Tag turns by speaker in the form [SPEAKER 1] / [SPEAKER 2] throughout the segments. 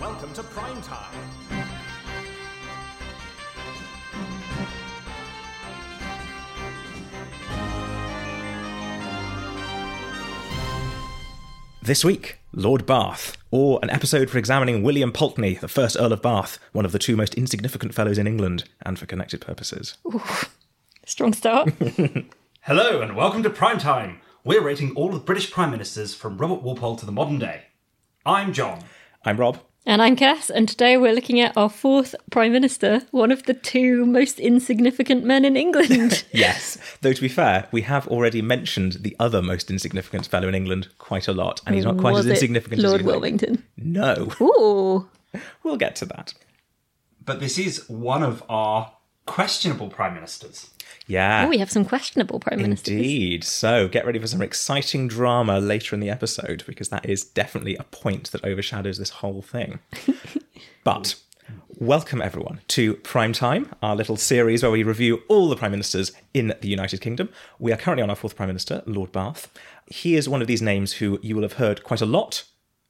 [SPEAKER 1] welcome to Prime Time.
[SPEAKER 2] This week, Lord Bath, or an episode for examining William Pulteney, the first Earl of Bath, one of the two most insignificant fellows in England, and for connected purposes.
[SPEAKER 3] Strong start.
[SPEAKER 4] Hello and welcome to Prime Time. We're rating all of the British Prime Ministers from Robert Walpole to the modern day. I'm John.
[SPEAKER 2] I'm Rob.
[SPEAKER 3] and I'm Cass, and today we're looking at our fourth Prime Minister, one of the two most insignificant men in England.
[SPEAKER 2] Yes. Though, to be fair, we have already mentioned the other most insignificant fellow in England quite a lot, and he's not quite
[SPEAKER 3] Was
[SPEAKER 2] as
[SPEAKER 3] it
[SPEAKER 2] insignificant as
[SPEAKER 3] Lord
[SPEAKER 2] you think.
[SPEAKER 3] Wilmington.
[SPEAKER 2] No.
[SPEAKER 3] Ooh.
[SPEAKER 2] We'll get to that.
[SPEAKER 4] But this is one of our questionable Prime Ministers.
[SPEAKER 2] Yeah.
[SPEAKER 3] Oh, we have some questionable Prime Ministers.
[SPEAKER 2] Ah. Indeed. So get ready for some exciting drama later in the episode because that is definitely a point that overshadows this whole thing. but welcome everyone to Prime Time, our little series where we review all the prime ministers in the United Kingdom. We are currently on our fourth prime minister, Lord Bath. He is one of these names who you will have heard quite a lot.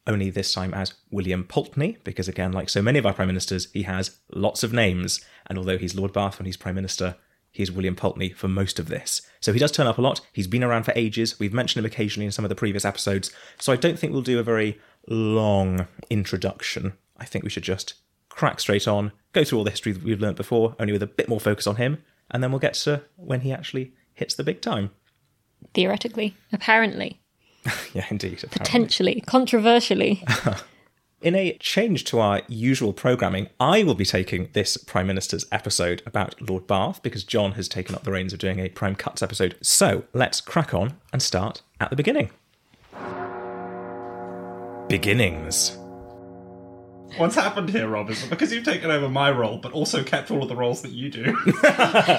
[SPEAKER 2] Only this time as William Pulteney, because again, like so many of our prime ministers, he has lots of names. And although he's Lord Bath when he's prime minister, Here's William Pulteney for most of this. So he does turn up a lot. He's been around for ages. We've mentioned him occasionally in some of the previous episodes. So I don't think we'll do a very long introduction. I think we should just crack straight on, go through all the history that we've learnt before, only with a bit more focus on him, and then we'll get to when he actually hits the big time.
[SPEAKER 3] Theoretically, apparently,
[SPEAKER 2] Yeah, indeed. apparently.
[SPEAKER 3] potentially, controversially.
[SPEAKER 2] In a change to our usual programming, I will be taking this Prime Minister's episode about Lord Bath because John has taken up the reins of doing a Prime Cuts episode. So let's crack on and start at the beginning. Beginnings.
[SPEAKER 4] What's happened here, Rob, is because you've taken over my role, but also kept all of the roles that you do.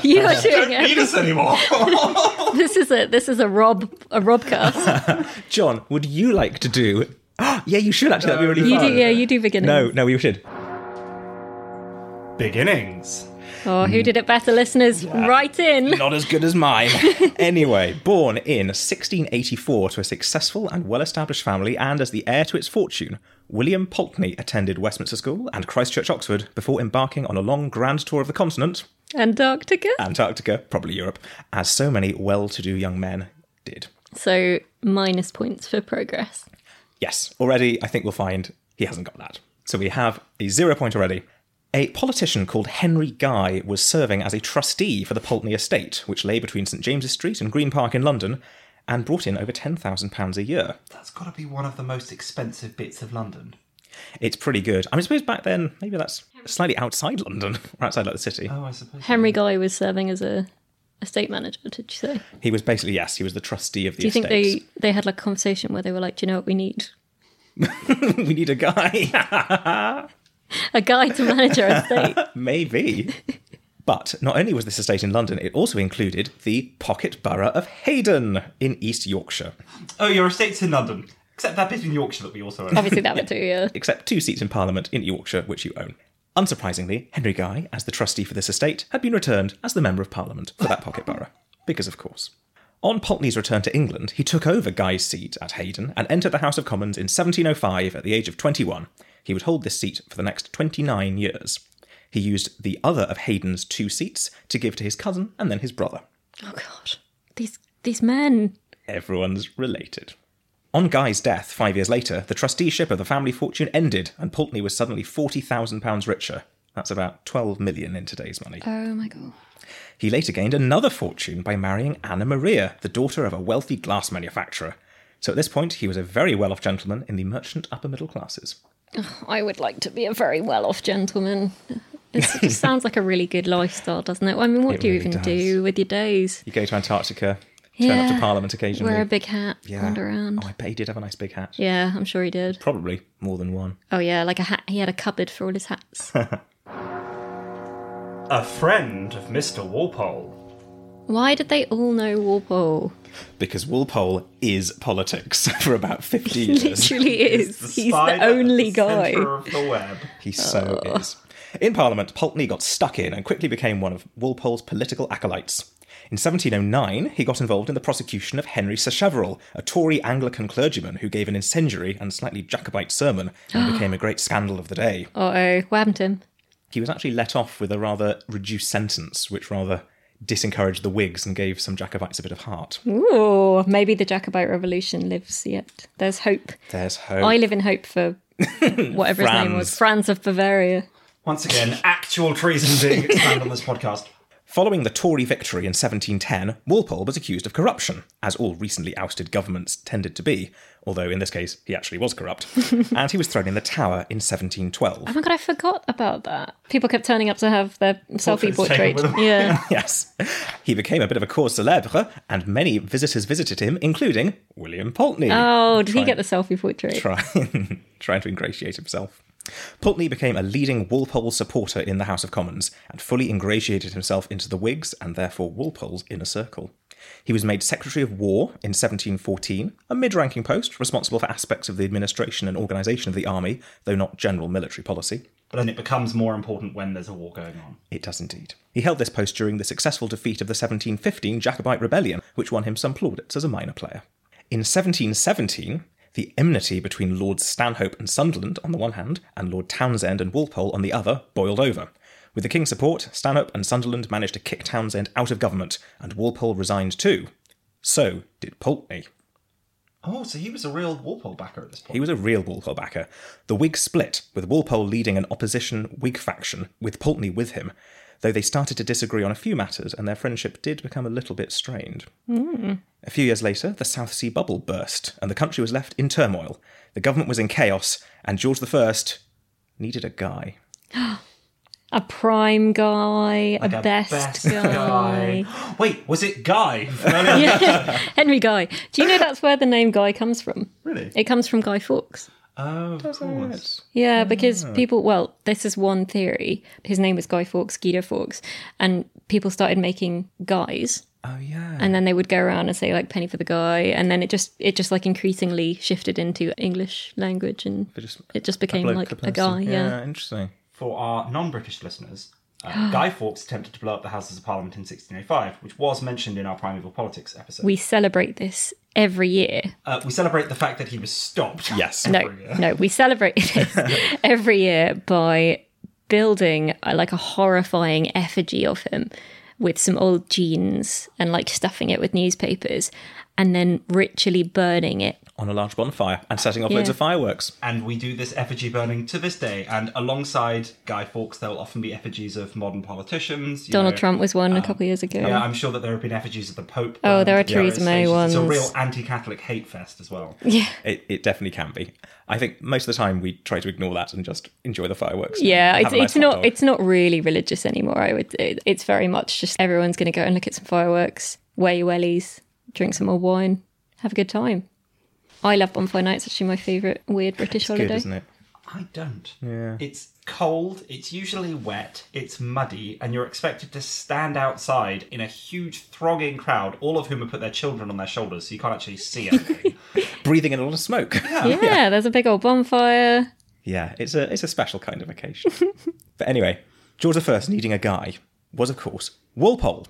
[SPEAKER 3] You are doing
[SPEAKER 4] Need
[SPEAKER 3] it.
[SPEAKER 4] us anymore.
[SPEAKER 3] This is a this is a Rob a Robcast.
[SPEAKER 2] John, would you like to do? yeah, you should actually. That'd be really
[SPEAKER 3] You
[SPEAKER 2] fun.
[SPEAKER 3] do yeah, you do beginning.
[SPEAKER 2] No, no, we should.
[SPEAKER 4] Beginnings.
[SPEAKER 3] Oh, who did it better, listeners? Right in.
[SPEAKER 2] Not as good as mine. anyway, born in 1684 to a successful and well established family and as the heir to its fortune, William Pulteney attended Westminster School and Christchurch, Oxford, before embarking on a long grand tour of the continent,
[SPEAKER 3] Antarctica.
[SPEAKER 2] Ah. Antarctica, probably Europe, as so many well to do young men did.
[SPEAKER 3] So minus points for progress.
[SPEAKER 2] Yes, already I think we'll find he hasn't got that. So we have a zero point already. A politician called Henry Guy was serving as a trustee for the Pulteney estate, which lay between St James's Street and Green Park in London, and brought in over £10,000 a year.
[SPEAKER 4] That's got to be one of the most expensive bits of London.
[SPEAKER 2] It's pretty good. I mean, I suppose back then, maybe that's slightly outside London, or outside like the city.
[SPEAKER 4] Oh, I suppose.
[SPEAKER 3] Henry
[SPEAKER 2] Hmm.
[SPEAKER 3] Guy was serving as a estate manager, did you say?
[SPEAKER 2] He was basically, yes, he was the trustee of the
[SPEAKER 3] Do you
[SPEAKER 2] estate.
[SPEAKER 3] think they, they had like a conversation where they were like, Do you know what we need?
[SPEAKER 2] we need a guy.
[SPEAKER 3] A guy to manage our estate.
[SPEAKER 2] Maybe. But not only was this estate in London, it also included the pocket borough of Hayden in East Yorkshire.
[SPEAKER 4] Oh, your estate's in London. Except that bit in Yorkshire that we also own.
[SPEAKER 3] Obviously that would do, yeah.
[SPEAKER 2] except two seats in Parliament in Yorkshire, which you own. Unsurprisingly, Henry Guy, as the trustee for this estate, had been returned as the Member of Parliament for that pocket borough. Because, of course. On Pulteney's return to England, he took over Guy's seat at Hayden and entered the House of Commons in 1705 at the age of 21. He would hold this seat for the next 29 years. He used the other of Hayden's two seats to give to his cousin and then his brother.
[SPEAKER 3] Oh god. These these men.
[SPEAKER 2] Everyone's related. On Guy's death, five years later, the trusteeship of the family fortune ended, and Pulteney was suddenly £40,000 richer. That's about 12 million in today's money.
[SPEAKER 3] Oh my god.
[SPEAKER 2] He later gained another fortune by marrying Anna Maria, the daughter of a wealthy glass manufacturer. So at this point, he was a very well off gentleman in the merchant upper middle classes.
[SPEAKER 3] I would like to be a very well off gentleman. It just sounds like a really good lifestyle, doesn't it? I mean, what
[SPEAKER 2] It
[SPEAKER 3] do you
[SPEAKER 2] really
[SPEAKER 3] even
[SPEAKER 2] does.
[SPEAKER 3] do with your days?
[SPEAKER 2] You go to Antarctica, turn up to
[SPEAKER 3] Yeah.
[SPEAKER 2] Parliament occasionally.
[SPEAKER 3] Wear a big hat,
[SPEAKER 2] Yeah.
[SPEAKER 3] wander around.
[SPEAKER 2] Oh, I bet he did have a nice big hat.
[SPEAKER 3] Yeah, I'm sure he did.
[SPEAKER 2] Probably more than one.
[SPEAKER 3] Oh yeah, like a hat. He had a cupboard for all his hats.
[SPEAKER 4] A friend of Mr. Walpole.
[SPEAKER 3] Why did they all know Walpole?
[SPEAKER 2] Because Walpole is politics for about 50 years.
[SPEAKER 3] Literally is. He's
[SPEAKER 4] Spied
[SPEAKER 3] the
[SPEAKER 4] at
[SPEAKER 3] only guy.
[SPEAKER 4] centre of the web.
[SPEAKER 2] He so is. In Parliament, Pulteney got stuck in and quickly became one of Walpole's political acolytes. In 1709, he got involved in the prosecution of Henry Sacheverell, a Tory Anglican clergyman who gave an incendiary and slightly Jacobite sermon and became a great scandal of the day.
[SPEAKER 3] Uh oh, what happened to him?
[SPEAKER 2] He was actually let off with a rather reduced sentence, which rather disencouraged the Whigs and gave some Jacobites a bit of heart.
[SPEAKER 3] Mm. Ooh, maybe the Jacobite Revolution lives yet. There's hope.
[SPEAKER 2] There's hope.
[SPEAKER 3] I live in hope for whatever his name was. Franz of Bavaria.
[SPEAKER 4] Once again, actual treason being expanded on this podcast.
[SPEAKER 2] Following the Tory victory in 1710, Walpole was accused of corruption, as all recently ousted governments tended to be, although in this case he actually was corrupt, and he was thrown in the Tower in 1712.
[SPEAKER 3] Oh my god, I forgot about that. People kept turning up to have their selfie
[SPEAKER 4] Portraits
[SPEAKER 3] portrait.
[SPEAKER 4] taken with them.
[SPEAKER 3] Yeah.
[SPEAKER 2] Yes. He became a bit of a cause célèbre, and many visitors visited him, including William Pulteney.
[SPEAKER 3] Oh, did he get the selfie portrait?
[SPEAKER 2] trying, trying to ingratiate himself. Pulteney became a leading Walpole supporter in the House of Commons and fully ingratiated himself into the Whigs and therefore Walpole's inner circle. He was made Secretary of War in 1714, a mid ranking post responsible for aspects of the administration and organisation of the army, though not general military policy.
[SPEAKER 4] But then it becomes more important when there's a war going on.
[SPEAKER 2] It does indeed. He held this post during the successful defeat of the 1715 Jacobite Rebellion, which won him some plaudits as a minor player. In 1717, the enmity between Lords Stanhope and Sunderland on the one hand, and Lord Townsend and Walpole on the other, boiled over. With the King's support, Stanhope and Sunderland managed to kick Townsend out of government, and Walpole resigned too. So did Pulteney.
[SPEAKER 4] Oh, so he was a real Walpole backer at this point.
[SPEAKER 2] He was a real Walpole backer. The Whigs split, with Walpole leading an opposition Whig faction, with Pulteney with him, though they started to disagree on a few matters and their friendship did become a little bit strained.
[SPEAKER 3] Hmm.
[SPEAKER 2] A few years later, the South Sea bubble burst and the country was left in turmoil. The government was in chaos, and George I needed a guy.
[SPEAKER 3] A prime guy, a
[SPEAKER 4] The
[SPEAKER 3] best, guy.
[SPEAKER 4] Wait, was it Guy?
[SPEAKER 3] Yeah. Henry Guy. Do you know that's where the name Guy comes from?
[SPEAKER 4] really?
[SPEAKER 3] It comes from Guy Fawkes.
[SPEAKER 4] Oh, of course.
[SPEAKER 3] Yeah, because people, well, this is one theory. His name was Guy Fawkes, Guido Fawkes, and people started making guys,
[SPEAKER 2] Oh, yeah.
[SPEAKER 3] and then they would go around and say like penny for the guy, and then it just it just like increasingly shifted into English language, and
[SPEAKER 2] But just
[SPEAKER 3] it just became
[SPEAKER 2] bloke,
[SPEAKER 3] like a
[SPEAKER 2] person.
[SPEAKER 3] guy. Yeah,
[SPEAKER 2] interesting.
[SPEAKER 4] For our non British listeners, uh, Guy Fawkes attempted to blow up the Houses of Parliament in 1605, which was mentioned in our Primeval Politics episode.
[SPEAKER 3] we celebrate this every year.
[SPEAKER 4] uh, we celebrate the fact that he was stopped.
[SPEAKER 2] Yes.
[SPEAKER 3] No, no, we celebrate this every year by building uh, like a horrifying effigy of him with some old jeans and like stuffing it with newspapers and then ritually burning it.
[SPEAKER 2] On a large bonfire and setting off loads
[SPEAKER 3] Yeah.
[SPEAKER 2] of fireworks.
[SPEAKER 4] And we do this effigy burning to this day. And alongside Guy Fawkes, there will often be effigies of modern politicians. you
[SPEAKER 3] Donald
[SPEAKER 4] know.
[SPEAKER 3] Trump was one
[SPEAKER 2] Um,
[SPEAKER 3] a couple of years ago.
[SPEAKER 4] Yeah, I'm sure that there have been effigies of the Pope.
[SPEAKER 3] Um, Oh, there are
[SPEAKER 4] burned at various
[SPEAKER 3] Theresa May
[SPEAKER 4] stages. It's a
[SPEAKER 3] ones.
[SPEAKER 4] real anti-Catholic hate fest as well.
[SPEAKER 2] It, it definitely can be. I think most of the time we try to ignore that and just enjoy the fireworks.
[SPEAKER 3] Yeah,
[SPEAKER 2] Have
[SPEAKER 3] it's,
[SPEAKER 2] a nice
[SPEAKER 3] it's
[SPEAKER 2] hot
[SPEAKER 3] not
[SPEAKER 2] dog.
[SPEAKER 3] it's not really religious anymore. I would it, it's very much just everyone's going to go and look at some fireworks, wear your wellies, drink some more wine, have a good time. I love bonfire nights. Actually, my favourite weird British holiday.
[SPEAKER 2] good, isn't it?
[SPEAKER 4] I don't. Yeah. It's cold, it's usually wet, it's muddy, and you're expected to stand outside in a huge thronging crowd, all of whom have put their children on their shoulders, so you can't actually see anything.
[SPEAKER 2] Breathing in a lot of smoke.
[SPEAKER 3] Oh, yeah, there's a big old bonfire.
[SPEAKER 2] Yeah, it's a it's a special kind of occasion. but anyway, George I needing a guy was of course Walpole.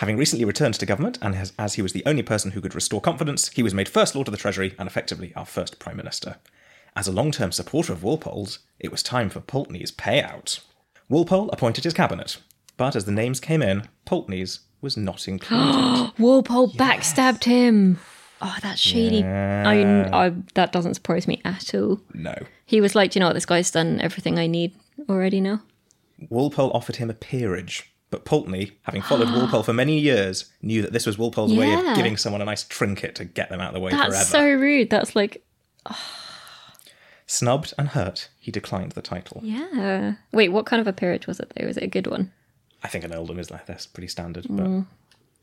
[SPEAKER 2] Having recently returned to government, and as, as he was the only person who could restore confidence, he was made First Lord of the Treasury and effectively our first Prime Minister. As a long term supporter of Walpole's, it was time for Pulteney's payout. Walpole appointed his cabinet, but as the names came in, Pulteney's was not included.
[SPEAKER 3] Walpole backstabbed him. Oh, that's shady. I, I, that doesn't surprise me at all.
[SPEAKER 2] no.
[SPEAKER 3] He was like, "Do you know what? This guy's done everything I need already now.
[SPEAKER 2] Walpole offered him a peerage, but Pulteney, having followed Walpole for many years, knew that this was Walpole's way
[SPEAKER 3] Yeah.
[SPEAKER 2] of giving someone a nice trinket to get them out of the way
[SPEAKER 3] That's
[SPEAKER 2] forever.
[SPEAKER 3] so rude. That's like,
[SPEAKER 2] Snubbed and hurt, he declined the title.
[SPEAKER 3] yeah. Wait, what kind of a peerage was it though? Was it a good one?
[SPEAKER 2] I think an earldom is like that's pretty standard, but
[SPEAKER 3] Mm.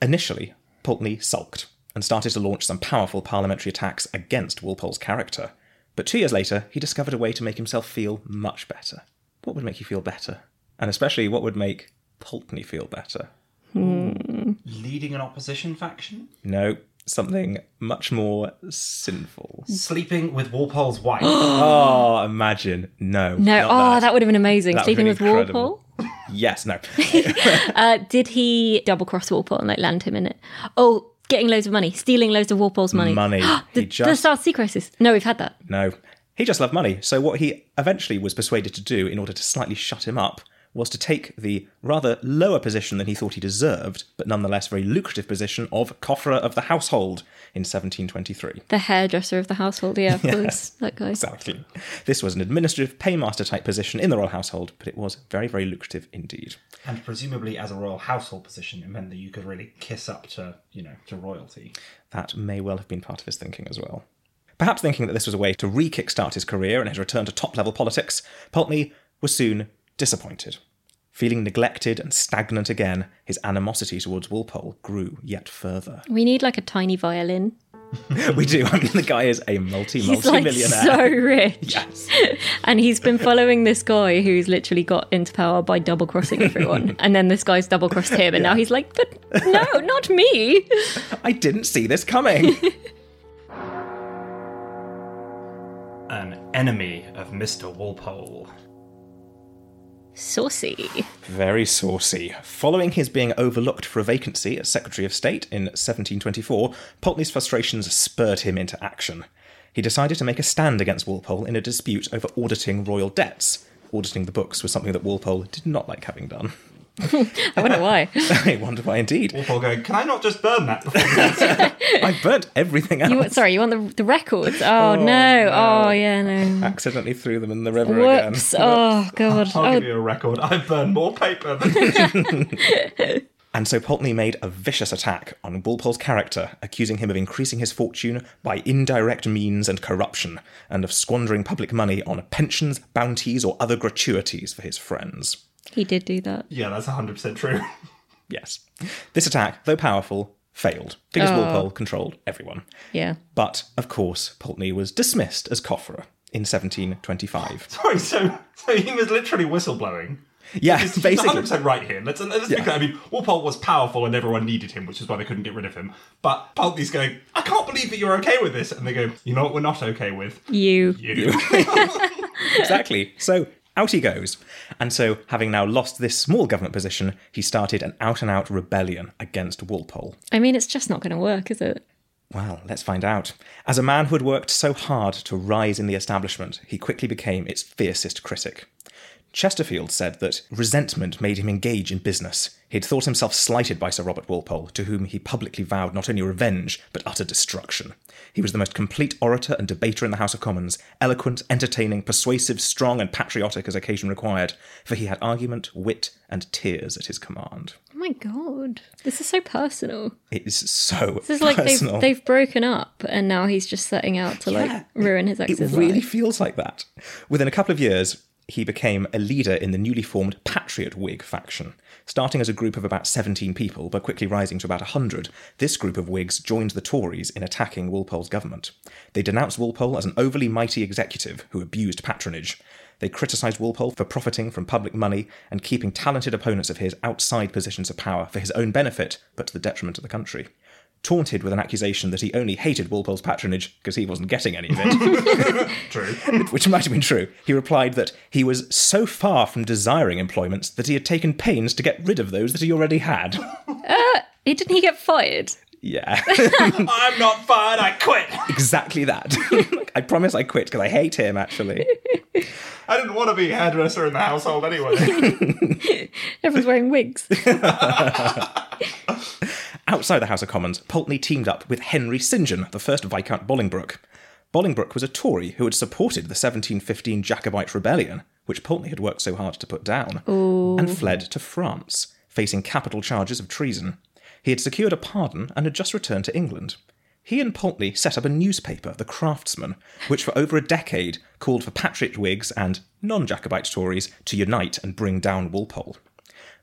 [SPEAKER 2] initially Pulteney sulked and started to launch some powerful parliamentary attacks against Walpole's character. But two years later, he discovered a way to make himself feel much better. What would make you feel better? And especially, what would make Pulteney feel better?
[SPEAKER 4] Leading an opposition faction?
[SPEAKER 2] No, something much more sinful.
[SPEAKER 4] Sleeping with Walpole's wife.
[SPEAKER 2] Oh, imagine. No.
[SPEAKER 3] No.
[SPEAKER 2] not
[SPEAKER 3] oh, that.
[SPEAKER 2] that.
[SPEAKER 3] oh, would have been amazing.
[SPEAKER 2] That would've
[SPEAKER 3] Sleeping
[SPEAKER 2] been
[SPEAKER 3] with
[SPEAKER 2] incredible.
[SPEAKER 3] Walpole.
[SPEAKER 2] Yes, no.
[SPEAKER 3] Uh, did he double cross Walpole and like land him in it? Oh, getting loads of money, stealing loads of Walpole's money.
[SPEAKER 2] Money. He
[SPEAKER 3] the, the
[SPEAKER 2] just-
[SPEAKER 3] South Sea crisis. No, we've had that.
[SPEAKER 2] No. He just loved money. So, what he eventually was persuaded to do in order to slightly shut him up was to take the rather lower position than he thought he deserved, but nonetheless very lucrative position of cofferer of the household in 1723.
[SPEAKER 3] The hairdresser of the household. Yeah, of course, that guy.
[SPEAKER 2] Exactly. This was an administrative paymaster type position in the royal household, but it was very, very lucrative indeed.
[SPEAKER 4] And presumably, as a royal household position, it meant that you could really kiss up to, you know, to royalty.
[SPEAKER 2] That may well have been part of his thinking as well. Perhaps thinking that this was a way to re kickstart his career and his return to top level politics, Pulteney was soon disappointed. Feeling neglected and stagnant again, his animosity towards Walpole grew yet further.
[SPEAKER 3] We need like a tiny violin.
[SPEAKER 2] we do. I mean, the guy is a multi
[SPEAKER 3] He's
[SPEAKER 2] multi
[SPEAKER 3] like
[SPEAKER 2] millionaire.
[SPEAKER 3] so rich,
[SPEAKER 2] Yes.
[SPEAKER 3] and he's been following this guy who's literally got into power by double crossing everyone, and then this guy's double crossed him, and now he's like, but no, not me.
[SPEAKER 2] I didn't see this coming.
[SPEAKER 4] An enemy of Mr. Walpole.
[SPEAKER 3] Saucy.
[SPEAKER 2] Very saucy. Following his being overlooked for a vacancy as Secretary of State in 1724, Pulteney's frustrations spurred him into action. He decided to make a stand against Walpole in a dispute over auditing royal debts. Auditing the books was something that Walpole did not like having done.
[SPEAKER 3] I wonder why.
[SPEAKER 2] I wonder why indeed.
[SPEAKER 4] Walpole going, can I not just burn that before we
[SPEAKER 2] I burnt everything out.
[SPEAKER 3] You want, sorry, you want the, the records? Oh, no. Oh yeah, no.
[SPEAKER 2] Accidentally threw them in the river
[SPEAKER 3] Whoops.
[SPEAKER 2] again.
[SPEAKER 3] Oh god.
[SPEAKER 4] I'll give
[SPEAKER 3] Oh,
[SPEAKER 4] you a record. I burn more paper than
[SPEAKER 2] And so Pulteney made a vicious attack on Walpole's character, accusing him of increasing his fortune by indirect means and corruption, and of squandering public money on pensions, bounties, or other gratuities for his friends.
[SPEAKER 3] he did do that.
[SPEAKER 4] Yeah, that's 100% true.
[SPEAKER 2] Yes. This attack, though powerful, failed, because
[SPEAKER 3] Oh.
[SPEAKER 2] Walpole controlled everyone.
[SPEAKER 3] Yeah.
[SPEAKER 2] But, of course, Pulteney was dismissed as cofferer in 1725.
[SPEAKER 4] Sorry, so, so he was literally whistleblowing.
[SPEAKER 2] Yeah,
[SPEAKER 4] He's he's
[SPEAKER 2] basically.
[SPEAKER 4] 100% right here. Let's, let's be clear. I mean, Walpole was powerful and everyone needed him, which is why they couldn't get rid of him. But Pulteney's going, I can't believe that you're okay with this. And they go, you know what we're not okay with?
[SPEAKER 3] You.
[SPEAKER 4] You.
[SPEAKER 2] exactly. So out he goes. And so, having now lost this small government position, he started an out and out rebellion against Walpole.
[SPEAKER 3] I mean, it's just not going to work, is it?
[SPEAKER 2] Well, let's find out. As a man who had worked so hard to rise in the establishment, he quickly became its fiercest critic. Chesterfield said that resentment made him engage in business. He had thought himself slighted by Sir Robert Walpole, to whom he publicly vowed not only revenge, but utter destruction. He was the most complete orator and debater in the House of Commons, eloquent, entertaining, persuasive, strong, and patriotic as occasion required, for he had argument, wit, and tears at his command.
[SPEAKER 3] Oh my god. This is so personal.
[SPEAKER 2] It is so
[SPEAKER 3] This is like
[SPEAKER 2] personal.
[SPEAKER 3] they've they've broken up and now he's just setting out to like ruin his
[SPEAKER 2] It
[SPEAKER 3] ex's
[SPEAKER 2] really
[SPEAKER 3] life.
[SPEAKER 2] feels like that. Within a couple of years, he became a leader in the newly formed Patriot Whig faction. Starting as a group of about 17 people, but quickly rising to about 100, this group of Whigs joined the Tories in attacking Walpole's government. They denounced Walpole as an overly mighty executive who abused patronage. They criticised Walpole for profiting from public money and keeping talented opponents of his outside positions of power for his own benefit, but to the detriment of the country. Taunted with an accusation that he only hated Walpole's patronage because he wasn't getting any of it,
[SPEAKER 4] True.
[SPEAKER 2] which might have been true, he replied that he was so far from desiring employments that he had taken pains to get rid of those that he already had.
[SPEAKER 3] He Didn't he get fired?
[SPEAKER 2] Yeah,
[SPEAKER 4] I'm not fired. I quit.
[SPEAKER 2] exactly that. I promise I quit because I hate him, actually.
[SPEAKER 4] I didn't want to be a hairdresser in the household anyway.
[SPEAKER 3] Everyone's wearing wigs.
[SPEAKER 2] Outside the House of Commons, Pulteney teamed up with Henry St. John, the first Viscount Bolingbroke. Bolingbroke was a Tory who had supported the 1715 Jacobite rebellion, which Pulteney had worked so hard to put down, and fled to France, facing capital charges of treason. He had secured a pardon and had just returned to England. He and Pulteney set up a newspaper, The Craftsman, which for over a decade called for Patriot Whigs and non Jacobite Tories to unite and bring down Walpole.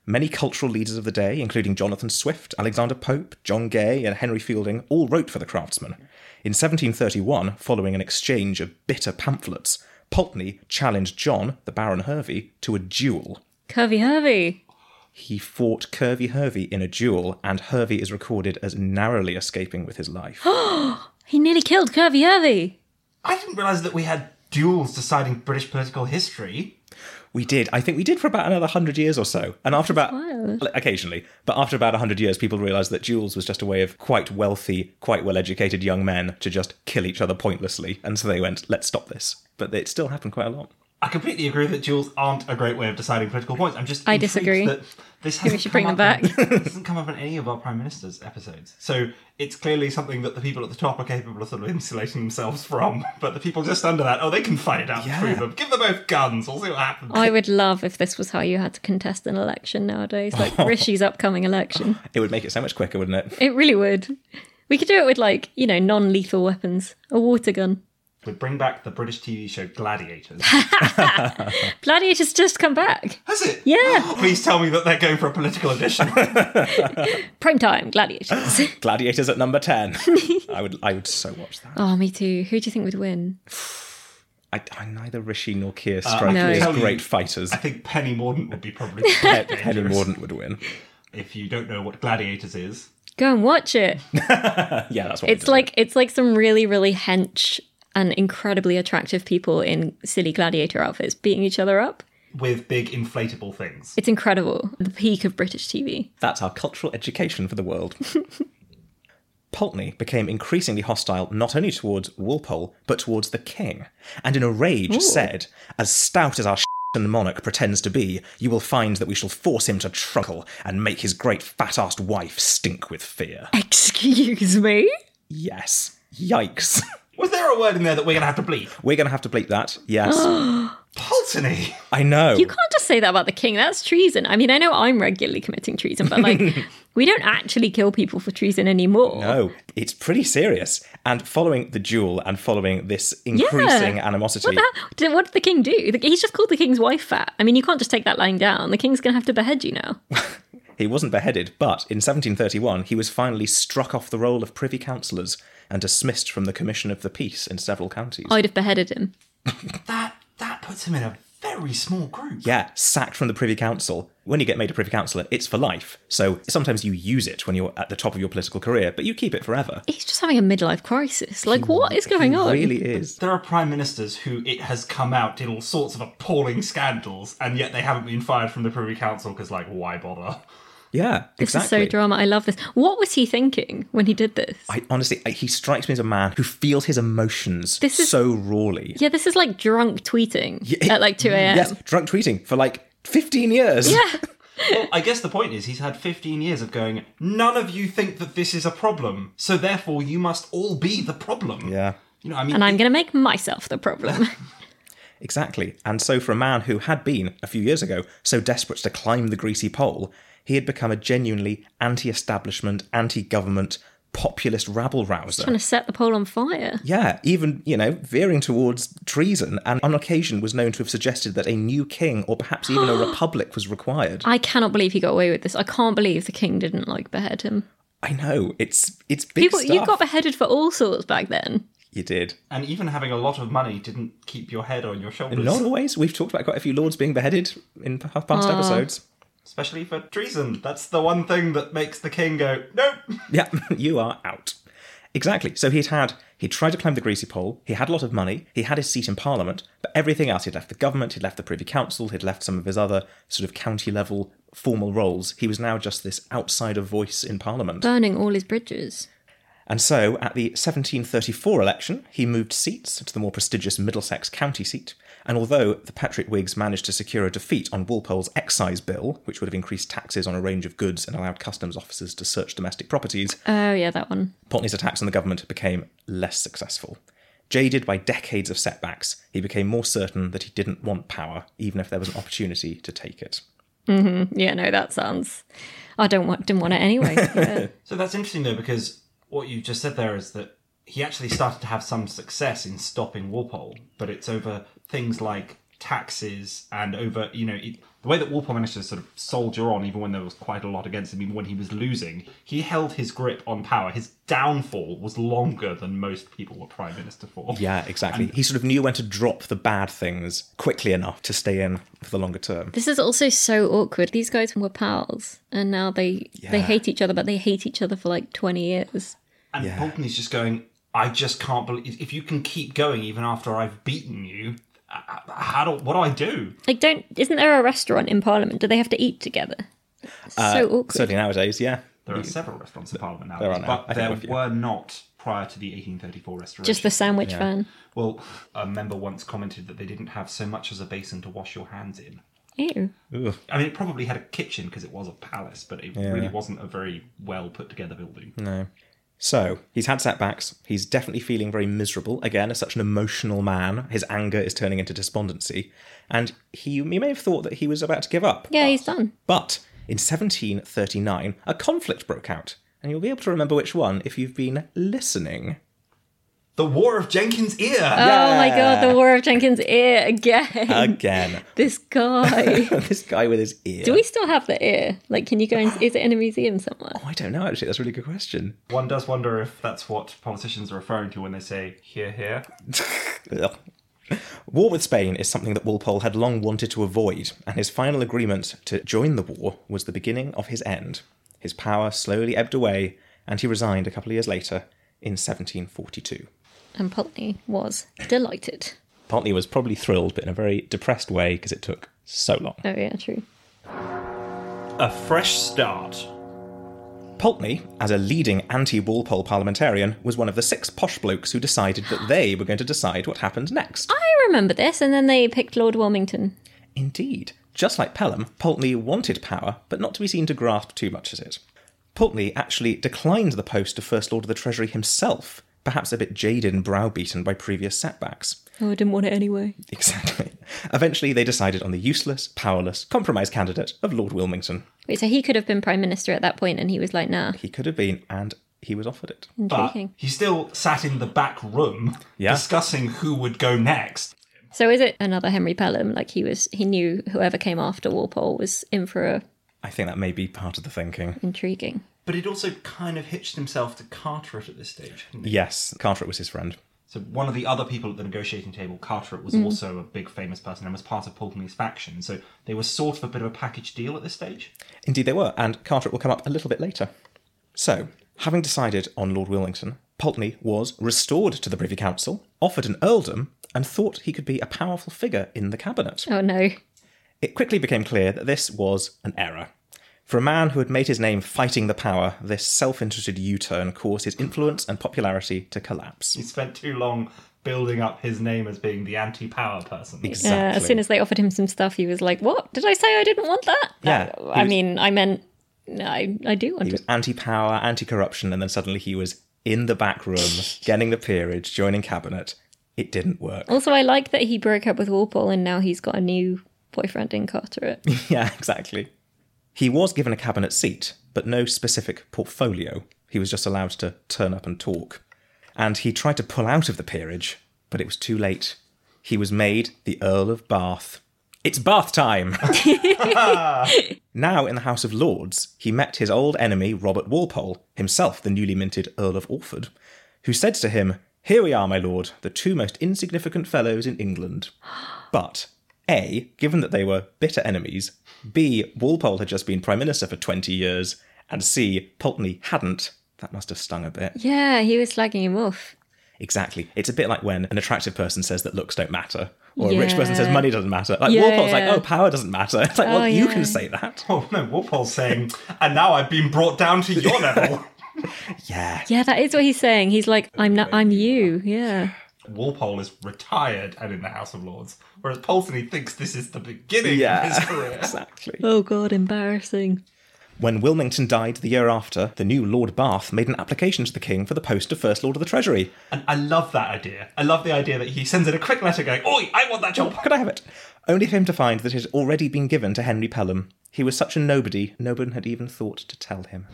[SPEAKER 2] Many cultural leaders of the day, including Jonathan Swift, Alexander Pope, John Gay, and Henry Fielding, all wrote for the Craftsman. In 1731, following an exchange of bitter pamphlets, Pulteney challenged John, the Baron Hervey, to a duel.
[SPEAKER 3] Curvy Hervey.
[SPEAKER 2] He fought Curvy Hervey in a duel, and Hervey is recorded as narrowly escaping with his life.
[SPEAKER 3] He nearly killed Curvy Hervey.
[SPEAKER 4] I didn't realise that we had duels deciding British political history.
[SPEAKER 2] We did. I think we did for about another 100 years or so. And after about,
[SPEAKER 3] wild.
[SPEAKER 2] occasionally, but after about 100 years, people realised that Jules was just a way of quite wealthy, quite well educated young men to just kill each other pointlessly. And so they went, let's stop this. But it still happened quite a lot.
[SPEAKER 4] I completely agree that duels aren't a great way of deciding political points. I'm just
[SPEAKER 3] I
[SPEAKER 4] intrigued
[SPEAKER 3] disagree.
[SPEAKER 4] That this hasn't
[SPEAKER 3] should bring
[SPEAKER 4] come
[SPEAKER 3] them
[SPEAKER 4] up in-
[SPEAKER 3] back.
[SPEAKER 4] this hasn't come up in any of our prime ministers' episodes, so it's clearly something that the people at the top are capable of sort of insulating themselves from. But the people just under that, oh, they can fight it out
[SPEAKER 2] Yeah.
[SPEAKER 4] between them. Give them both guns. We'll see what happens.
[SPEAKER 3] I would love if this was how you had to contest an election nowadays, like
[SPEAKER 2] Oh.
[SPEAKER 3] Rishi's upcoming election.
[SPEAKER 2] It would make it so much quicker, wouldn't it?
[SPEAKER 3] It really would. We could do it with like, you know, non-lethal weapons, a water gun.
[SPEAKER 4] We bring back the British TV show Gladiators.
[SPEAKER 3] Gladiators just come back.
[SPEAKER 4] Has it?
[SPEAKER 3] Yeah.
[SPEAKER 4] Please tell me that they're going for a political edition.
[SPEAKER 3] Prime time, gladiators.
[SPEAKER 2] Gladiators at number 10. I would I would so watch that.
[SPEAKER 3] oh, me too. Who do you think would win?
[SPEAKER 2] I, I neither Rishi nor Keir strike
[SPEAKER 3] No.
[SPEAKER 2] me
[SPEAKER 4] Uh, Tell
[SPEAKER 2] as
[SPEAKER 4] you-
[SPEAKER 2] great fighters.
[SPEAKER 4] I think Penny Mordaunt would be probably
[SPEAKER 2] Pe- Penny Mordaunt would win.
[SPEAKER 4] If you don't know what Gladiators is,
[SPEAKER 3] Go and watch it.
[SPEAKER 2] Uh, Yeah, that's what we
[SPEAKER 3] It's
[SPEAKER 2] did.
[SPEAKER 3] like it's like some really, really hench and incredibly attractive people in silly gladiator outfits beating each other up.
[SPEAKER 4] with big inflatable things.
[SPEAKER 3] It's incredible. The peak of British TV.
[SPEAKER 2] That's our cultural education for the world. Pulteney became increasingly hostile not only towards Walpole, but towards the king, and in a rage said, As stout as our and monarch pretends to be, you will find that we shall force him to truckle and make his great fat assed wife stink with fear.
[SPEAKER 3] Excuse me?
[SPEAKER 2] Yes. Yikes.
[SPEAKER 4] Was there a word in there that we're going to have to bleep?
[SPEAKER 2] We're going to have to bleep that. Yes.
[SPEAKER 4] Pulteney!
[SPEAKER 2] I know.
[SPEAKER 3] You can't just say that about the king. That's treason. I mean, I know I'm regularly committing treason, but like, we don't actually kill people for treason anymore.
[SPEAKER 2] No, it's pretty serious. And following the duel and following this increasing animosity.
[SPEAKER 3] What, the, did- what did the king do? The- He's just called the king's wife fat. I mean, you can't just take that lying down. The king's going to have to behead you now.
[SPEAKER 2] He wasn't beheaded, but in 1731 he was finally struck off the roll of privy councillors and dismissed from the commission of the peace in several counties.
[SPEAKER 3] I'd have beheaded him.
[SPEAKER 4] That that puts him in a very small group.
[SPEAKER 2] yeah, sacked from the privy council. When you get made a privy councillor, it's for life. So sometimes you use it when you're at the top of your political career, but you keep it forever.
[SPEAKER 3] He's just having a midlife crisis. Like, what is going on?
[SPEAKER 2] It really is.
[SPEAKER 4] There are prime ministers who it has come out in all sorts of appalling scandals, and yet they haven't been fired from the Privy Council because, like, why bother?
[SPEAKER 2] Yeah,
[SPEAKER 3] This
[SPEAKER 2] exactly.
[SPEAKER 3] is so drama. I love this. What was he thinking when he did this?
[SPEAKER 2] I honestly, I, he strikes me as a man who feels his emotions
[SPEAKER 3] This is-
[SPEAKER 2] so rawly.
[SPEAKER 3] yeah, this is like drunk tweeting at like 2 a.m.
[SPEAKER 2] Yes, drunk tweeting for like 15 years.
[SPEAKER 3] Yeah.
[SPEAKER 4] Well, I guess the point is he's had 15 years of going, none of you think that this is a problem, so therefore you must all be the problem.
[SPEAKER 2] Yeah.
[SPEAKER 4] You know, I mean, e-,
[SPEAKER 3] And I'm going to make myself the problem.
[SPEAKER 2] Exactly. And so, for a man who had been, a few years ago, so desperate to climb the greasy pole, he had become a genuinely anti establishment, anti government, populist rabble rouser.
[SPEAKER 3] trying to set the pole on fire.
[SPEAKER 2] Yeah, even, you know, veering towards treason, and on occasion was known to have suggested that a new king or perhaps even a republic was required.
[SPEAKER 3] I cannot believe he got away with this. I can't believe the king didn't like behead him.
[SPEAKER 2] I know, it's it's big
[SPEAKER 3] People,
[SPEAKER 2] stuff.
[SPEAKER 3] you got beheaded for all sorts back then.
[SPEAKER 2] You did.
[SPEAKER 4] and even having a lot of money didn't keep your head on your shoulders,
[SPEAKER 2] Not always. We've talked about quite a few lords being beheaded in p- past episodes.
[SPEAKER 4] especially for treason. That's the one thing that makes the king go, nope.
[SPEAKER 2] Yeah, you are out. Exactly. So he'd had, he'd tried to climb the greasy pole, he had a lot of money, he had his seat in Parliament, but everything else, he'd left the government, he'd left the Privy Council, he'd left some of his other sort of county level formal roles. He was now just this outsider voice in Parliament.
[SPEAKER 3] Burning all his bridges.
[SPEAKER 2] And so at the 1734 election, he moved seats to the more prestigious Middlesex county seat. And although the Patrick Whigs managed to secure a defeat on Walpole's excise bill, which would have increased taxes on a range of goods and allowed customs officers to search domestic properties,
[SPEAKER 3] Oh, yeah, that one.
[SPEAKER 2] Pulteney's attacks on the government became less successful. Jaded by decades of setbacks, he became more certain that he didn't want power, even if there was an opportunity to take it.
[SPEAKER 3] Yeah, no, that sounds. I don't want, didn't want it anyway. Yeah.
[SPEAKER 4] So that's interesting though, because what you just said there is that he actually started to have some success in stopping Walpole, but it's over things like taxes and over you know it, the way that Walpole managed to sort of soldier on, even when there was quite a lot against him, even when he was losing, he held his grip on power. His downfall was longer than most people were prime minister for.
[SPEAKER 2] Yeah, exactly. he sort of knew when to drop the bad things quickly enough to stay in for the longer term.
[SPEAKER 3] this is also so awkward. These guys were pals, and now they
[SPEAKER 2] Yeah.
[SPEAKER 3] they hate each other, but they hate each other for like twenty years.
[SPEAKER 4] And
[SPEAKER 2] Yeah.
[SPEAKER 4] Pulteney's just going, I just can't believe if you can keep going even after I've beaten you. how do what do I do?
[SPEAKER 3] Like, don't isn't there a restaurant in Parliament? Do they have to eat together? It's so awkward.
[SPEAKER 2] Certainly nowadays, yeah.
[SPEAKER 4] There are several restaurants in Parliament now,
[SPEAKER 2] There are now. I
[SPEAKER 4] but
[SPEAKER 2] think
[SPEAKER 4] there
[SPEAKER 2] with you.
[SPEAKER 4] were not prior to the 1834 restoration.
[SPEAKER 3] Just the sandwich fan.
[SPEAKER 4] well, a member once commented that they didn't have so much as a basin to wash your hands in.
[SPEAKER 3] Ew.
[SPEAKER 2] Ugh.
[SPEAKER 4] I mean, it probably had a kitchen because it was a palace, but it really wasn't a very well put together building.
[SPEAKER 2] So he's had setbacks. He's definitely feeling very miserable. Again, as such an emotional man, his anger is turning into despondency. And he, you may have thought that he was about to give up.
[SPEAKER 3] Yeah, he's done.
[SPEAKER 2] But in 1739, a conflict broke out. And you'll be able to remember which one if you've been listening.
[SPEAKER 4] The War of Jenkins' Ear.
[SPEAKER 3] Oh my god, the War of Jenkins ear again.
[SPEAKER 2] Uh, Again,
[SPEAKER 3] this guy.
[SPEAKER 2] this guy with his ear.
[SPEAKER 3] Do we still have the ear? Like, can you go and is it in a museum somewhere?
[SPEAKER 2] Oh, I don't know, actually. That's a really good question.
[SPEAKER 4] One does wonder if that's what politicians are referring to when they say "here, here."
[SPEAKER 2] Ugh. War with Spain is something that Walpole had long wanted to avoid, and his final agreement to join the war was the beginning of his end. His power slowly ebbed away, and he resigned a couple of years later in 1742.
[SPEAKER 3] And Pulteney was delighted.
[SPEAKER 2] Pulteney was probably thrilled, but in a very depressed way because it took so long.
[SPEAKER 3] Oh yeah, true.
[SPEAKER 4] A fresh start.
[SPEAKER 2] Pulteney, as a leading anti Walpole parliamentarian, was one of the six posh blokes who decided that they were going to decide what happened next.
[SPEAKER 3] I remember this, and then they picked Lord Wilmington.
[SPEAKER 2] Indeed. Just like Pelham, Pulteney wanted power, but not to be seen to grasp too much at it. Pulteney actually declined the post of First Lord of the Treasury himself, perhaps a bit jaded and browbeaten by previous setbacks.
[SPEAKER 3] Oh, I didn't want it anyway.
[SPEAKER 2] Exactly. Eventually, they decided on the useless, powerless, compromise candidate of Lord Wilmington.
[SPEAKER 3] Wait, so he could have been prime minister at that point, and he was like, "Nah."
[SPEAKER 2] He could have been, and he was offered it.
[SPEAKER 4] But
[SPEAKER 3] Intriguing.
[SPEAKER 4] he still sat in the back room
[SPEAKER 2] Yeah.
[SPEAKER 4] discussing who would go next.
[SPEAKER 3] So is it another Henry Pelham? Like he was, he knew whoever came after Walpole was in for a
[SPEAKER 2] I think that may be part of the thinking.
[SPEAKER 3] intriguing.
[SPEAKER 4] But he'd also kind of hitched himself to Carteret at this stage. hadn't he?
[SPEAKER 2] Yes, Carteret was his friend.
[SPEAKER 4] So one of the other people at the negotiating table, Carteret, was also a big famous person and was part of Pulteney's faction. So they were sort of a bit of a package deal at this stage.
[SPEAKER 2] Indeed, they were, and Carteret will come up a little bit later. So, having decided on Lord Wilmington, Pulteney was restored to the Privy Council, offered an earldom, and thought he could be a powerful figure in the cabinet.
[SPEAKER 3] Oh no,
[SPEAKER 2] It quickly became clear that this was an error. For a man who had made his name fighting the power, this self interested U turn caused his influence and popularity to collapse.
[SPEAKER 4] He spent too long building up his name as being the anti-power person.
[SPEAKER 3] Uh, as soon as they offered him some stuff, he was like, "What did I say? I didn't want that."
[SPEAKER 2] Yeah,
[SPEAKER 3] Uh,
[SPEAKER 2] he
[SPEAKER 3] I
[SPEAKER 2] was-
[SPEAKER 3] mean, I meant no, I, I do want
[SPEAKER 2] He
[SPEAKER 3] it.
[SPEAKER 2] was anti power, anti corruption, and then suddenly he was in the back room, getting the peerage, joining cabinet. It didn't work.
[SPEAKER 3] Also, I like that he broke up with Walpole and now he's got a new boyfriend in Carteret.
[SPEAKER 2] Yeah, exactly. He was given a cabinet seat, but no specific portfolio. He was just allowed to turn up and talk. And he tried to pull out of the peerage, but it was too late. He was made the Earl of Bath. It's bath time! now in the House of Lords, he met his old enemy, Robert Walpole, himself the newly minted Earl of Orford, who said to him, Here we are, my lord, the two most insignificant fellows in England. But A, given that they were bitter enemies, B, Walpole had just been Prime Minister for 20 years, and C, Pulteney hadn't, that must have stung a bit.
[SPEAKER 3] yeah, he was slagging him off.
[SPEAKER 2] Exactly. It's a bit like when an attractive person says that looks don't matter, or a rich person says
[SPEAKER 3] Yeah.
[SPEAKER 2] money doesn't matter. Like
[SPEAKER 3] Yeah,
[SPEAKER 2] Walpole's
[SPEAKER 3] yeah.
[SPEAKER 2] like, oh, power doesn't matter. It's like, well,
[SPEAKER 3] Oh,
[SPEAKER 2] you
[SPEAKER 3] yeah.
[SPEAKER 2] can say that.
[SPEAKER 4] Oh no, Walpole's saying, and now I've been brought down to your level.
[SPEAKER 2] Yeah.
[SPEAKER 3] Yeah, that is what he's saying. He's like, "I'm not, I'm you." Yeah,
[SPEAKER 4] Walpole is retired and in the House of Lords, whereas Pulteney thinks this is the beginning of his
[SPEAKER 2] Yeah.
[SPEAKER 4] career.
[SPEAKER 2] exactly.
[SPEAKER 3] Oh god, embarrassing.
[SPEAKER 2] When Wilmington died the year after, the new Lord Bath made an application to the king for the post of First Lord of the Treasury.
[SPEAKER 4] And I love that idea. I love the idea that he sends in a quick letter going, Oi, I want that job.
[SPEAKER 2] Could I have it? Only for him to find that it had already been given to Henry Pelham. He was such a nobody, no one had even thought to tell him.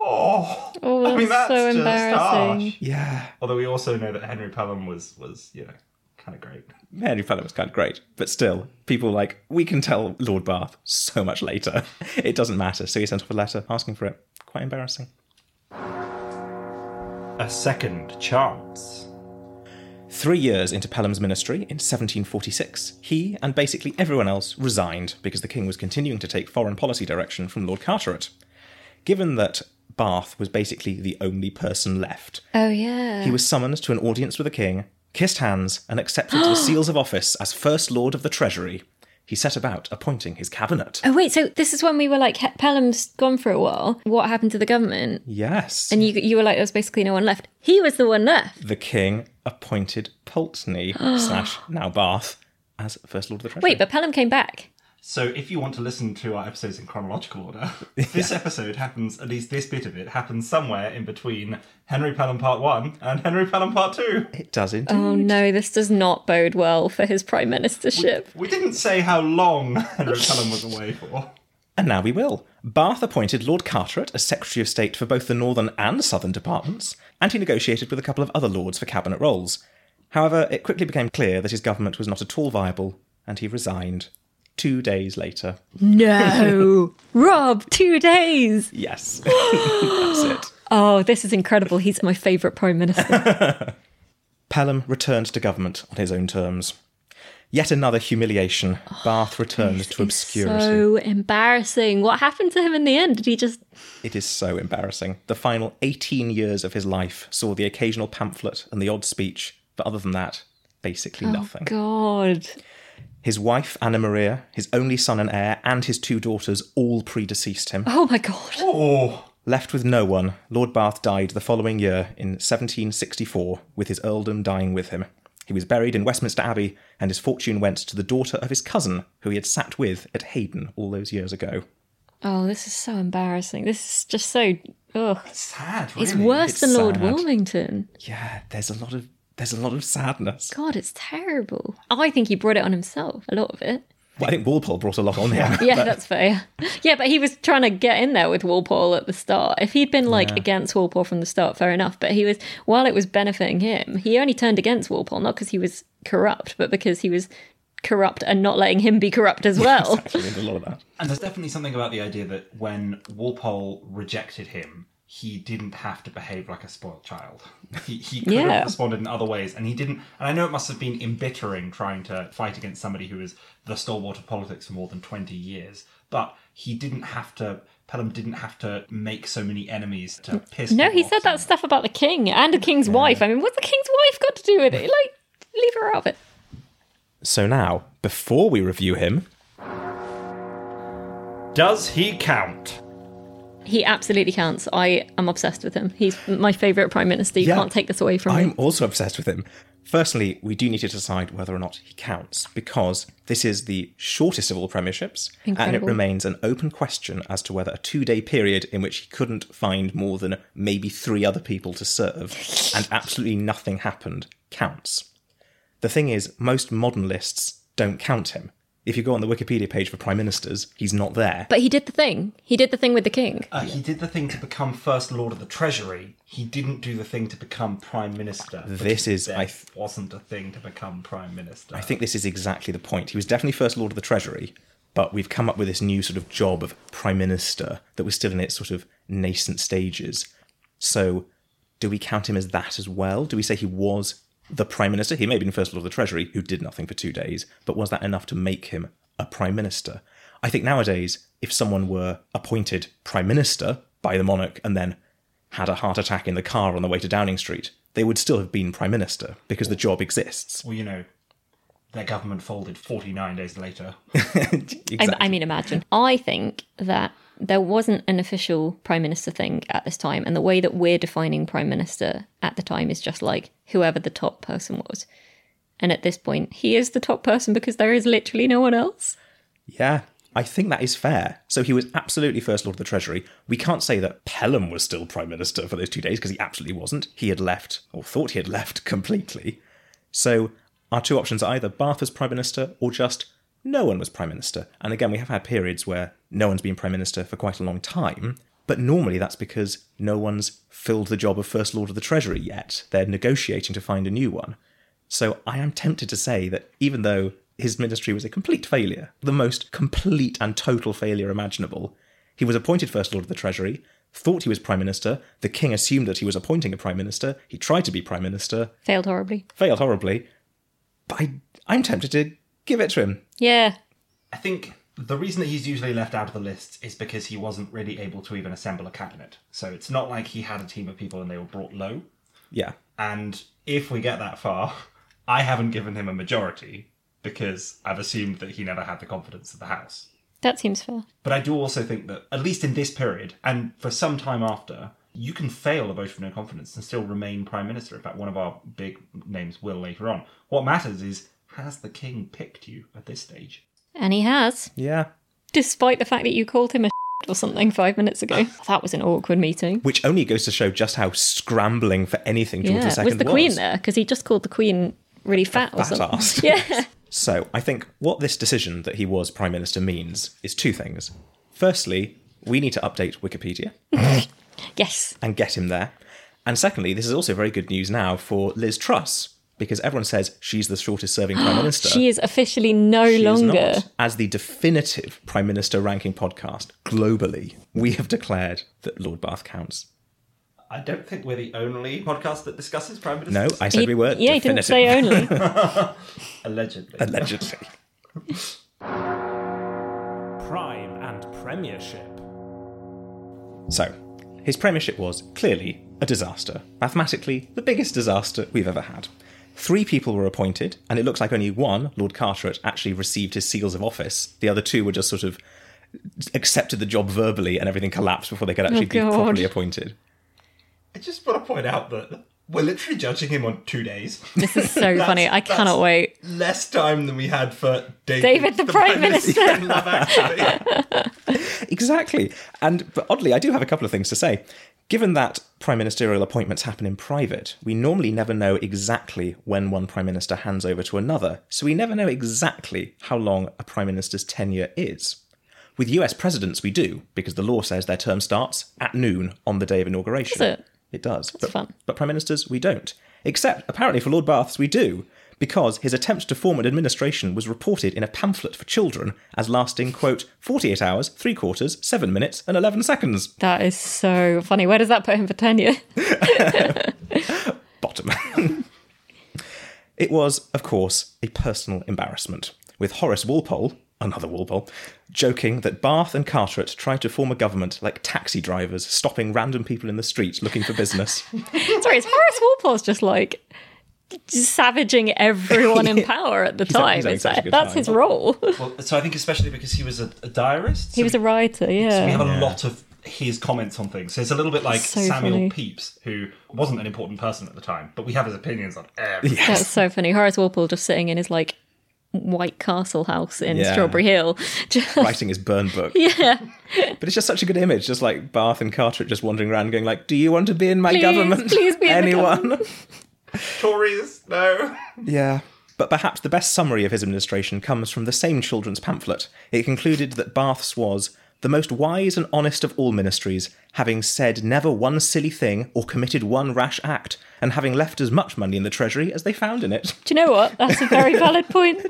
[SPEAKER 4] Oh,
[SPEAKER 3] Oh,
[SPEAKER 4] I mean,
[SPEAKER 3] that's
[SPEAKER 4] that's
[SPEAKER 3] so
[SPEAKER 4] just
[SPEAKER 3] embarrassing.
[SPEAKER 4] harsh.
[SPEAKER 2] Yeah,
[SPEAKER 4] Although we also know that Henry Pelham was, was you know, kind of great.
[SPEAKER 2] Henry Pelham was kind of great, but still, people were like, we can tell Lord Bath so much later. It doesn't matter. So he sent off a letter asking for it. Quite embarrassing.
[SPEAKER 4] A second chance.
[SPEAKER 2] Three years into Pelham's ministry, in 1746, he and basically everyone else resigned because the king was continuing to take foreign policy direction from Lord Carteret. Given that Bath was basically the only person left,
[SPEAKER 3] Oh yeah.
[SPEAKER 2] He was summoned to an audience with the king kissed hands, and accepted the seals of office as First Lord of the Treasury. He set about appointing his cabinet.
[SPEAKER 3] Oh wait, so this is when we were like "He- Pelham's gone for a while. What happened to the government?
[SPEAKER 2] Yes.
[SPEAKER 3] And you you were like there's basically no one left. He was the one left.
[SPEAKER 2] the king appointed Pulteney slash now Bath as First Lord of the Treasury.
[SPEAKER 3] Wait, but Pelham came back.
[SPEAKER 4] So if you want to listen to our episodes in chronological order, this episode happens, at least this bit of it, happens somewhere in between Henry Pelham Part 1 and Henry Pelham Part 2.
[SPEAKER 2] it does indeed.
[SPEAKER 3] Oh no, this does not bode well for his prime ministership.
[SPEAKER 4] We didn't say how long Henry Pelham was away for.
[SPEAKER 2] And now we will. Bath appointed Lord Carteret as Secretary of State for both the Northern and Southern departments, and he negotiated with a couple of other lords for cabinet roles. However, it quickly became clear that his government was not at all viable, and he resigned. Two days later.
[SPEAKER 3] No, Rob, two days.
[SPEAKER 2] Yes. That's it.
[SPEAKER 3] Oh, this is incredible. He's my favourite prime minister.
[SPEAKER 2] Pelham returned to government on his own terms. Yet another humiliation. Bath returned to obscurity.
[SPEAKER 3] so embarrassing. What happened to him in the end? Did he just?
[SPEAKER 2] It is so embarrassing. The final 18 years of his life saw the occasional pamphlet and the odd speech, but other than that, basically nothing.
[SPEAKER 3] God.
[SPEAKER 2] His wife, Anna Maria, his only son and heir, and his two daughters all predeceased him.
[SPEAKER 3] Oh my God.
[SPEAKER 4] Oh,
[SPEAKER 2] Left with no one, Lord Bath died the following year in 1764, with his earldom dying with him. He was buried in Westminster Abbey, and his fortune went to the daughter of his cousin, who he had sat with at Hayden all those years ago.
[SPEAKER 3] Oh, this is so embarrassing. This is just so. Ugh.
[SPEAKER 4] sad, really.
[SPEAKER 3] It's worse
[SPEAKER 2] it's
[SPEAKER 3] than Lord
[SPEAKER 2] sad.
[SPEAKER 3] Wilmington.
[SPEAKER 2] Yeah, there's a lot of there's a lot of sadness.
[SPEAKER 3] God, it's terrible. I think he brought it on himself, a lot of it.
[SPEAKER 2] Well, I think Walpole brought a lot on him.
[SPEAKER 3] Yeah, that's fair. Yeah, but he was trying to get in there with Walpole at the start. If he'd been like against Walpole from the start, fair enough. But he was, while it was benefiting him, he only turned against Walpole, not because he was corrupt, but because he was corrupt and not letting him be corrupt as well.
[SPEAKER 2] Actually, there's a lot of that.
[SPEAKER 4] And there's definitely something about the idea that when Walpole rejected him, he didn't have to behave like a spoiled child. He, he could
[SPEAKER 3] Yeah.
[SPEAKER 4] have responded in other ways, and he didn't. And I know it must have been embittering trying to fight against somebody who is the stalwart of politics for more than 20 years, but he didn't have to. Pelham didn't have to make so many enemies to piss.
[SPEAKER 3] No,
[SPEAKER 4] people
[SPEAKER 3] he
[SPEAKER 4] off
[SPEAKER 3] said
[SPEAKER 4] so
[SPEAKER 3] that stuff about the king and the king's wife. I mean, what's the king's wife got to do with it? Like, leave her out of it.
[SPEAKER 2] So now, before we review him,
[SPEAKER 4] much. Does he count?
[SPEAKER 3] He absolutely counts. I am obsessed with him. He's my favourite prime minister. You
[SPEAKER 2] Yeah.
[SPEAKER 3] can't take this away from
[SPEAKER 2] I'm
[SPEAKER 3] me.
[SPEAKER 2] also obsessed with him. Firstly, we do need to decide whether or not he counts because this is the shortest of all premierships, and it
[SPEAKER 3] Incredible.
[SPEAKER 2] remains an open question as to whether a two-day period in which he couldn't find more than maybe three other people to serve, and absolutely nothing happened, counts. The thing is, most modern lists don't count him. If you go on the Wikipedia page for prime ministers, he's not there.
[SPEAKER 3] But he did the thing. He did the thing with the king.
[SPEAKER 4] Uh, He did the thing to become First Lord of the Treasury. He didn't do the thing to become Prime Minister.
[SPEAKER 2] This is,
[SPEAKER 4] There
[SPEAKER 2] I th-
[SPEAKER 4] wasn't a thing to become Prime Minister.
[SPEAKER 2] I think this is exactly the point. He was definitely First Lord of the Treasury, but we've come up with this new sort of job of Prime Minister that was still in its sort of nascent stages. So, do we count him as that as well? Do we say he was the Prime Minister? He may have been First Lord of the Treasury, who did nothing for two days, but was that enough to make him a Prime Minister? I think nowadays, if someone were appointed Prime Minister by the monarch and then had a heart attack in the car on the way to Downing Street, they would still have been Prime Minister because the job exists.
[SPEAKER 4] Well, you know, their government folded 49 days later.
[SPEAKER 3] I, I mean, imagine. I think that there wasn't an official prime minister thing at this time, and the way that we're defining prime minister at the time is just like whoever the top person was. And at this point, he is the top person because there is literally no one else.
[SPEAKER 2] Yeah, I think that is fair. So he was absolutely First Lord of the Treasury. We can't say that Pelham was still Prime Minister for those two days because he absolutely wasn't. He had left, or thought he had left, completely. So our two options are either Bath was Prime Minister or just no one was Prime Minister. And again, we have had periods where no one's been Prime Minister for quite a long time. But normally that's because no one's filled the job of First Lord of the Treasury yet. They're negotiating to find a new one. So I am tempted to say that even though his ministry was a complete failure, the most complete and total failure imaginable, he was appointed First Lord of the Treasury, thought he was Prime Minister, the King assumed that he was appointing a Prime Minister, he tried to be Prime Minister,
[SPEAKER 3] Failed horribly.
[SPEAKER 2] failed horribly, but I, I'm tempted to give it to him.
[SPEAKER 3] Yeah.
[SPEAKER 4] I think the reason that he's usually left out of the list is because he wasn't really able to even assemble a cabinet. So it's not like he had a team of people and they were brought low.
[SPEAKER 2] Yeah.
[SPEAKER 4] And if we get that far, I haven't given him a majority because I've assumed that he never had the confidence of the House.
[SPEAKER 3] That seems fair.
[SPEAKER 4] But I do also think that, at least in this period, and for some time after, you can fail a vote of no confidence and still remain Prime Minister. In fact, one of our big names will later on. What matters is has the King picked you at this stage?
[SPEAKER 3] And he has,
[SPEAKER 2] Yeah.
[SPEAKER 3] despite the fact that you called him a or something five minutes ago. that was an awkward meeting.
[SPEAKER 2] Which only goes to show just how scrambling for anything George
[SPEAKER 3] Yeah,
[SPEAKER 2] II
[SPEAKER 3] was the Queen there? Because he just called the Queen really fat or
[SPEAKER 2] Fat
[SPEAKER 3] something.
[SPEAKER 2] ass.
[SPEAKER 3] Yeah.
[SPEAKER 2] So I think what this decision that he was Prime Minister means is two things. Firstly, we need to update Wikipedia
[SPEAKER 3] yes.
[SPEAKER 2] and get him there. And secondly, this is also very good news now for Liz Truss, because everyone says she's the shortest serving Prime Minister.
[SPEAKER 3] She is officially no
[SPEAKER 2] She is
[SPEAKER 3] longer.
[SPEAKER 2] not. As the definitive Prime Minister ranking podcast globally, we have declared that Lord Bath counts.
[SPEAKER 4] I don't think we're the only podcast that discusses Prime Minister.
[SPEAKER 2] No, I said we were.
[SPEAKER 3] yeah, he didn't
[SPEAKER 2] definitive.
[SPEAKER 3] say only.
[SPEAKER 4] Allegedly.
[SPEAKER 2] Allegedly. Prime and Premiership. So, his premiership was clearly a disaster. Mathematically, the biggest disaster we've ever had. Three people were appointed, and it looks like only one, Lord Carteret, actually received his seals of office. The other two were just sort of accepted the job verbally, and everything collapsed before they could actually be
[SPEAKER 3] Oh, God.
[SPEAKER 2] properly appointed.
[SPEAKER 4] I just want to point out that we're literally judging him on two days.
[SPEAKER 3] this is so funny. I
[SPEAKER 4] that's-
[SPEAKER 3] cannot wait.
[SPEAKER 4] Less time than we had for David,
[SPEAKER 3] David the Prime
[SPEAKER 4] in Love Actually.
[SPEAKER 2] Exactly. And but oddly, I do have a couple of things to say. Given that prime ministerial appointments happen in private, we normally never know exactly when one prime minister hands over to another, so we never know exactly how long a prime minister's tenure is. With US presidents, we do, because the law says their term starts at noon on the day of inauguration.
[SPEAKER 3] Does it?
[SPEAKER 2] It does. but,
[SPEAKER 3] fun.
[SPEAKER 2] but prime ministers, we don't. Except, apparently, for Lord Bath's, we do, because his attempt to form an administration was reported in a pamphlet for children as lasting, quote, 48 hours, three quarters, seven minutes, and 11 seconds.
[SPEAKER 3] That is so funny. Where does that put him for tenure?
[SPEAKER 2] Bottom. it was, of course, a personal embarrassment, with Horace Walpole, another Walpole, joking that Bath and Carteret tried to form a government like taxi drivers stopping random people in the street looking for business.
[SPEAKER 3] Sorry, it's Horace Walpole's just like savaging everyone in power at the
[SPEAKER 2] having-
[SPEAKER 3] time.
[SPEAKER 2] he's having
[SPEAKER 3] It's
[SPEAKER 2] such a
[SPEAKER 3] like-
[SPEAKER 2] good
[SPEAKER 3] that's
[SPEAKER 2] time.
[SPEAKER 3] his role.
[SPEAKER 4] well, so I think especially because he was a, a diarist.
[SPEAKER 3] he was a writer,
[SPEAKER 4] we
[SPEAKER 3] yeah.
[SPEAKER 4] have a lot of his comments on things. So it's a little bit like
[SPEAKER 3] So
[SPEAKER 4] Samuel
[SPEAKER 3] funny.
[SPEAKER 4] Pepys, who wasn't an important person at the time, but we have his opinions on everything.
[SPEAKER 3] That's so funny. Horace Walpole just sitting in his like white castle house in
[SPEAKER 2] Yeah.
[SPEAKER 3] Strawberry Hill. Just,
[SPEAKER 2] writing his burn book. Yeah. But it's just such a good image, just like Bath and Carteret just wandering around going like, Do you want to be in my
[SPEAKER 3] Please,
[SPEAKER 2] government?
[SPEAKER 3] please be in the
[SPEAKER 2] Anyone?
[SPEAKER 4] Tories, no.
[SPEAKER 2] yeah. But perhaps the best summary of his administration comes from the same children's pamphlet. It concluded that Bath's was the most wise and honest of all ministries, having said never one silly thing or committed one rash act, and having left as much money in the treasury as they found in it.
[SPEAKER 3] do you know what? That's a very valid point.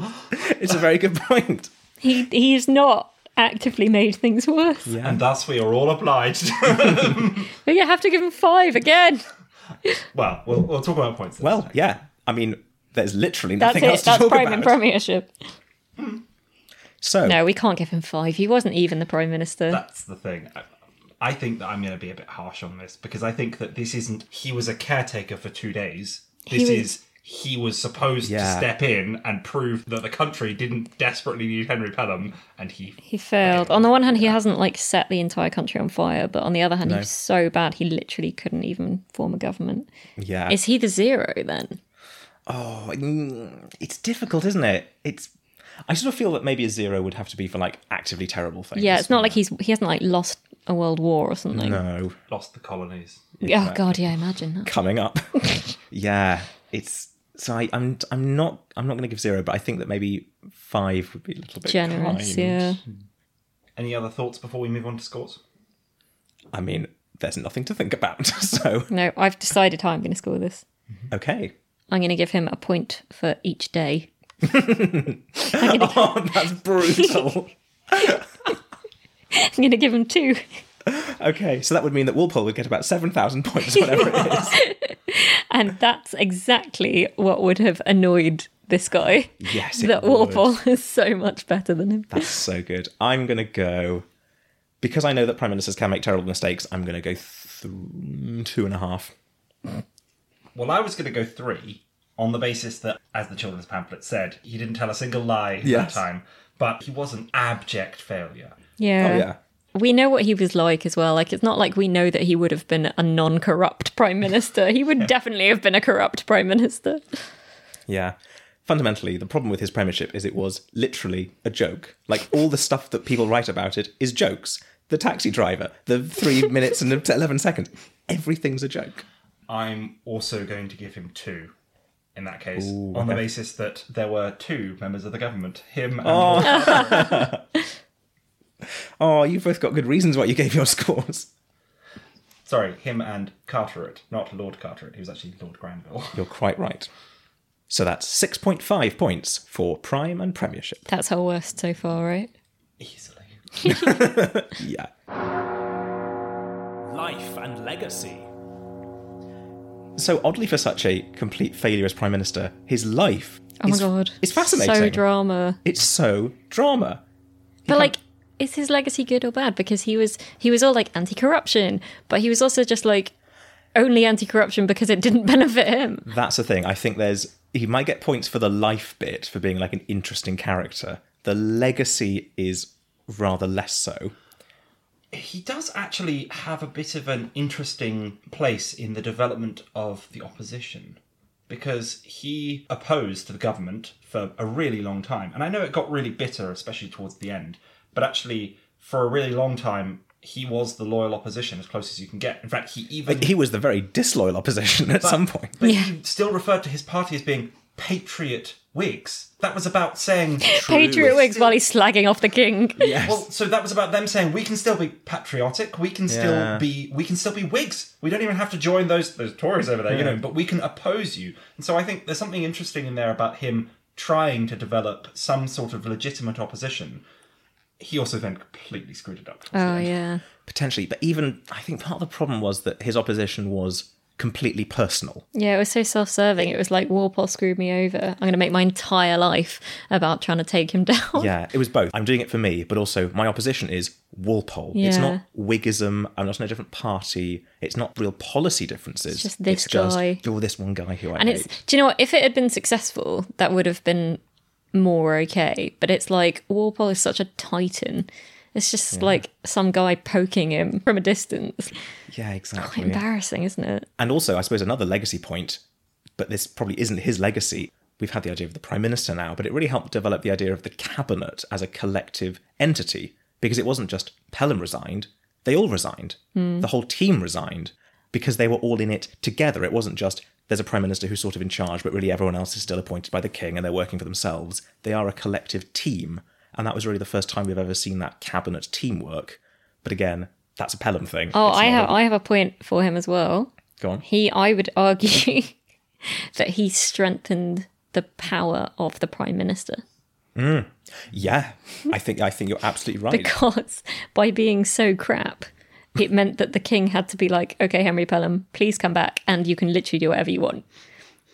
[SPEAKER 2] It's a very good point.
[SPEAKER 3] He he's not actively made things worse.
[SPEAKER 4] And thus we are all obliged.
[SPEAKER 3] But you have to give him five again.
[SPEAKER 4] well, well, we'll talk about points.
[SPEAKER 2] Well, yeah. I mean, there's literally
[SPEAKER 3] That's
[SPEAKER 2] nothing else
[SPEAKER 3] it.
[SPEAKER 2] to
[SPEAKER 3] That's
[SPEAKER 2] talk
[SPEAKER 3] prime
[SPEAKER 2] about.
[SPEAKER 3] and premiership.
[SPEAKER 2] So
[SPEAKER 3] No, we can't give him five. He wasn't even the prime minister.
[SPEAKER 4] That's the thing. I, I think that I'm going to be a bit harsh on this because I think that this isn't. He was a caretaker for two days. This
[SPEAKER 3] was-
[SPEAKER 4] is. He was supposed to
[SPEAKER 2] Yeah.
[SPEAKER 4] step in and prove that the country didn't desperately need Henry Pelham, and he.
[SPEAKER 3] He failed. On the one hand, he hasn't like set the entire country on fire, but on the other hand, he was so bad he literally couldn't even form a government.
[SPEAKER 2] yeah.
[SPEAKER 3] Is he the zero then?
[SPEAKER 2] Oh, mm, it's difficult, isn't it? It's. I sort of feel that maybe a zero would have to be for like actively terrible things.
[SPEAKER 3] Yeah, it's not like he's he hasn't like lost a world war or something.
[SPEAKER 2] No,
[SPEAKER 4] Lost the colonies.
[SPEAKER 3] Oh god, yeah, imagine that.
[SPEAKER 2] coming up. yeah, it's. So I, I'm I'm not I'm not going to give zero, but I think that maybe five would be a little bit kind.
[SPEAKER 3] Generous, yeah.
[SPEAKER 4] Any other thoughts before we move on to scores?
[SPEAKER 2] I mean, there's nothing to think about. So
[SPEAKER 3] No, I've decided how I'm going to score this.
[SPEAKER 2] okay.
[SPEAKER 3] I'm going to give him a point for each day.
[SPEAKER 2] Oh, that's brutal.
[SPEAKER 3] I'm going to give him two.
[SPEAKER 2] okay, so that would mean that Walpole would get about seven thousand points, whatever it is.
[SPEAKER 3] And that's exactly what would have annoyed this guy.
[SPEAKER 2] Yes, it
[SPEAKER 3] That
[SPEAKER 2] would.
[SPEAKER 3] Walpole is so much better than him.
[SPEAKER 2] That's so good. I'm going to go because I know that prime ministers can make terrible mistakes. I'm going to go th- two and a half.
[SPEAKER 4] Well, I was going to go three on the basis that, as the children's pamphlet said, he didn't tell a single lie
[SPEAKER 2] Yes.
[SPEAKER 4] that time, but he was an abject failure.
[SPEAKER 3] Yeah.
[SPEAKER 2] Oh, yeah.
[SPEAKER 3] We know what he was like as well. Like, it's not like we know that he would have been a non corrupt prime minister. He would definitely have been a corrupt prime minister.
[SPEAKER 2] Yeah. Fundamentally, the problem with his premiership is it was literally a joke. Like all the stuff that people write about it is jokes. The taxi driver, the three minutes and eleven seconds, everything's a joke.
[SPEAKER 4] I'm also going to give him two. In that case, on the basis that there were two members of the government, him and
[SPEAKER 2] Oh, you've both got good reasons why you gave your scores.
[SPEAKER 4] sorry, him and Carteret, not Lord Carteret. He was actually Lord Granville.
[SPEAKER 2] You're quite right. So that's six point five points for prime and premiership.
[SPEAKER 3] That's our worst so far, right?
[SPEAKER 4] Easily.
[SPEAKER 2] Yeah. Life and legacy. So oddly, for such a complete failure as prime minister, his life.
[SPEAKER 3] Oh my
[SPEAKER 2] is-
[SPEAKER 3] god.
[SPEAKER 2] It's fascinating.
[SPEAKER 3] So drama.
[SPEAKER 2] It's so drama.
[SPEAKER 3] but like is his legacy good or bad because he was he was all like anti-corruption but he was also just like only anti-corruption because it didn't benefit him
[SPEAKER 2] That's the thing. I think there's he might get points for the life bit for being like an interesting character. The legacy is rather less so.
[SPEAKER 4] He does actually have a bit of an interesting place in the development of the opposition because he opposed the government for a really long time. And I know it got really bitter, especially towards the end, but actually, for a really long time, he was the loyal opposition as close as you can get. In fact, he even.
[SPEAKER 2] He was the very disloyal opposition at some point.
[SPEAKER 4] But he still referred to his party as being Patriot Whigs. That was about saying.
[SPEAKER 3] patriot wigs while he's slagging off the king
[SPEAKER 4] Well, so that was about them saying we can still be patriotic, we can
[SPEAKER 2] Yeah.
[SPEAKER 4] still be we can still be Whigs. We don't even have to join those those Tories over there, you know, but we can oppose you. And so I think there's something interesting in there about him trying to develop some sort of legitimate opposition. He also then completely screwed it up.
[SPEAKER 3] oh yeah
[SPEAKER 2] Potentially, but even I think part of the problem was that his opposition was completely personal.
[SPEAKER 3] yeah it was so self-serving it was like walpole screwed me over i'm going to make my entire life about trying to take him down
[SPEAKER 2] Yeah, it was both. I'm doing it for me, but also my opposition is Walpole. It's
[SPEAKER 3] Yeah.
[SPEAKER 2] not Whiggism. I'm not in a different party. It's not real policy differences. It's
[SPEAKER 3] just this guy.
[SPEAKER 2] You're this one guy who I
[SPEAKER 3] and
[SPEAKER 2] hate.
[SPEAKER 3] it's do you know what if it had been successful that would have been more okay but it's like walpole is such a titan it's just like some guy poking him from a distance
[SPEAKER 2] Oh, yeah, exactly.
[SPEAKER 3] Quite embarrassing, isn't it?
[SPEAKER 2] And also, I suppose another legacy point, but this probably isn't his legacy. We've had the idea of the prime minister now, but it really helped develop the idea of the cabinet as a collective entity because it wasn't just Pelham resigned; they all resigned. The whole team resigned because they were all in it together. It wasn't just there's a prime minister who's sort of in charge, but really everyone else is still appointed by the king and they're working for themselves. They are a collective team, and that was really the first time we've ever seen that cabinet teamwork. But again, that's a Pelham thing.
[SPEAKER 3] Oh,
[SPEAKER 2] It's
[SPEAKER 3] I
[SPEAKER 2] not
[SPEAKER 3] have
[SPEAKER 2] a-
[SPEAKER 3] I have a point for him as well.
[SPEAKER 2] Go on.
[SPEAKER 3] He, I would argue, that he strengthened the power of the prime minister
[SPEAKER 2] Yeah, I think I think you're absolutely right.
[SPEAKER 3] because by being so crap, it meant that the king had to be like, okay, Henry Pelham, please come back, and you can literally do whatever you want.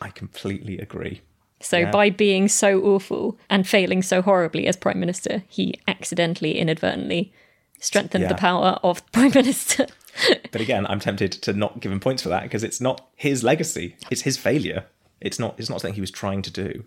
[SPEAKER 2] I completely agree.
[SPEAKER 3] So by being so awful and failing so horribly as prime minister, he accidentally, inadvertently strengthened the
[SPEAKER 2] Yeah.
[SPEAKER 3] power of prime minister.
[SPEAKER 2] But again, I'm tempted to not give him points for that because it's not his legacy; it's his failure. It's not. It's not something he was trying to do.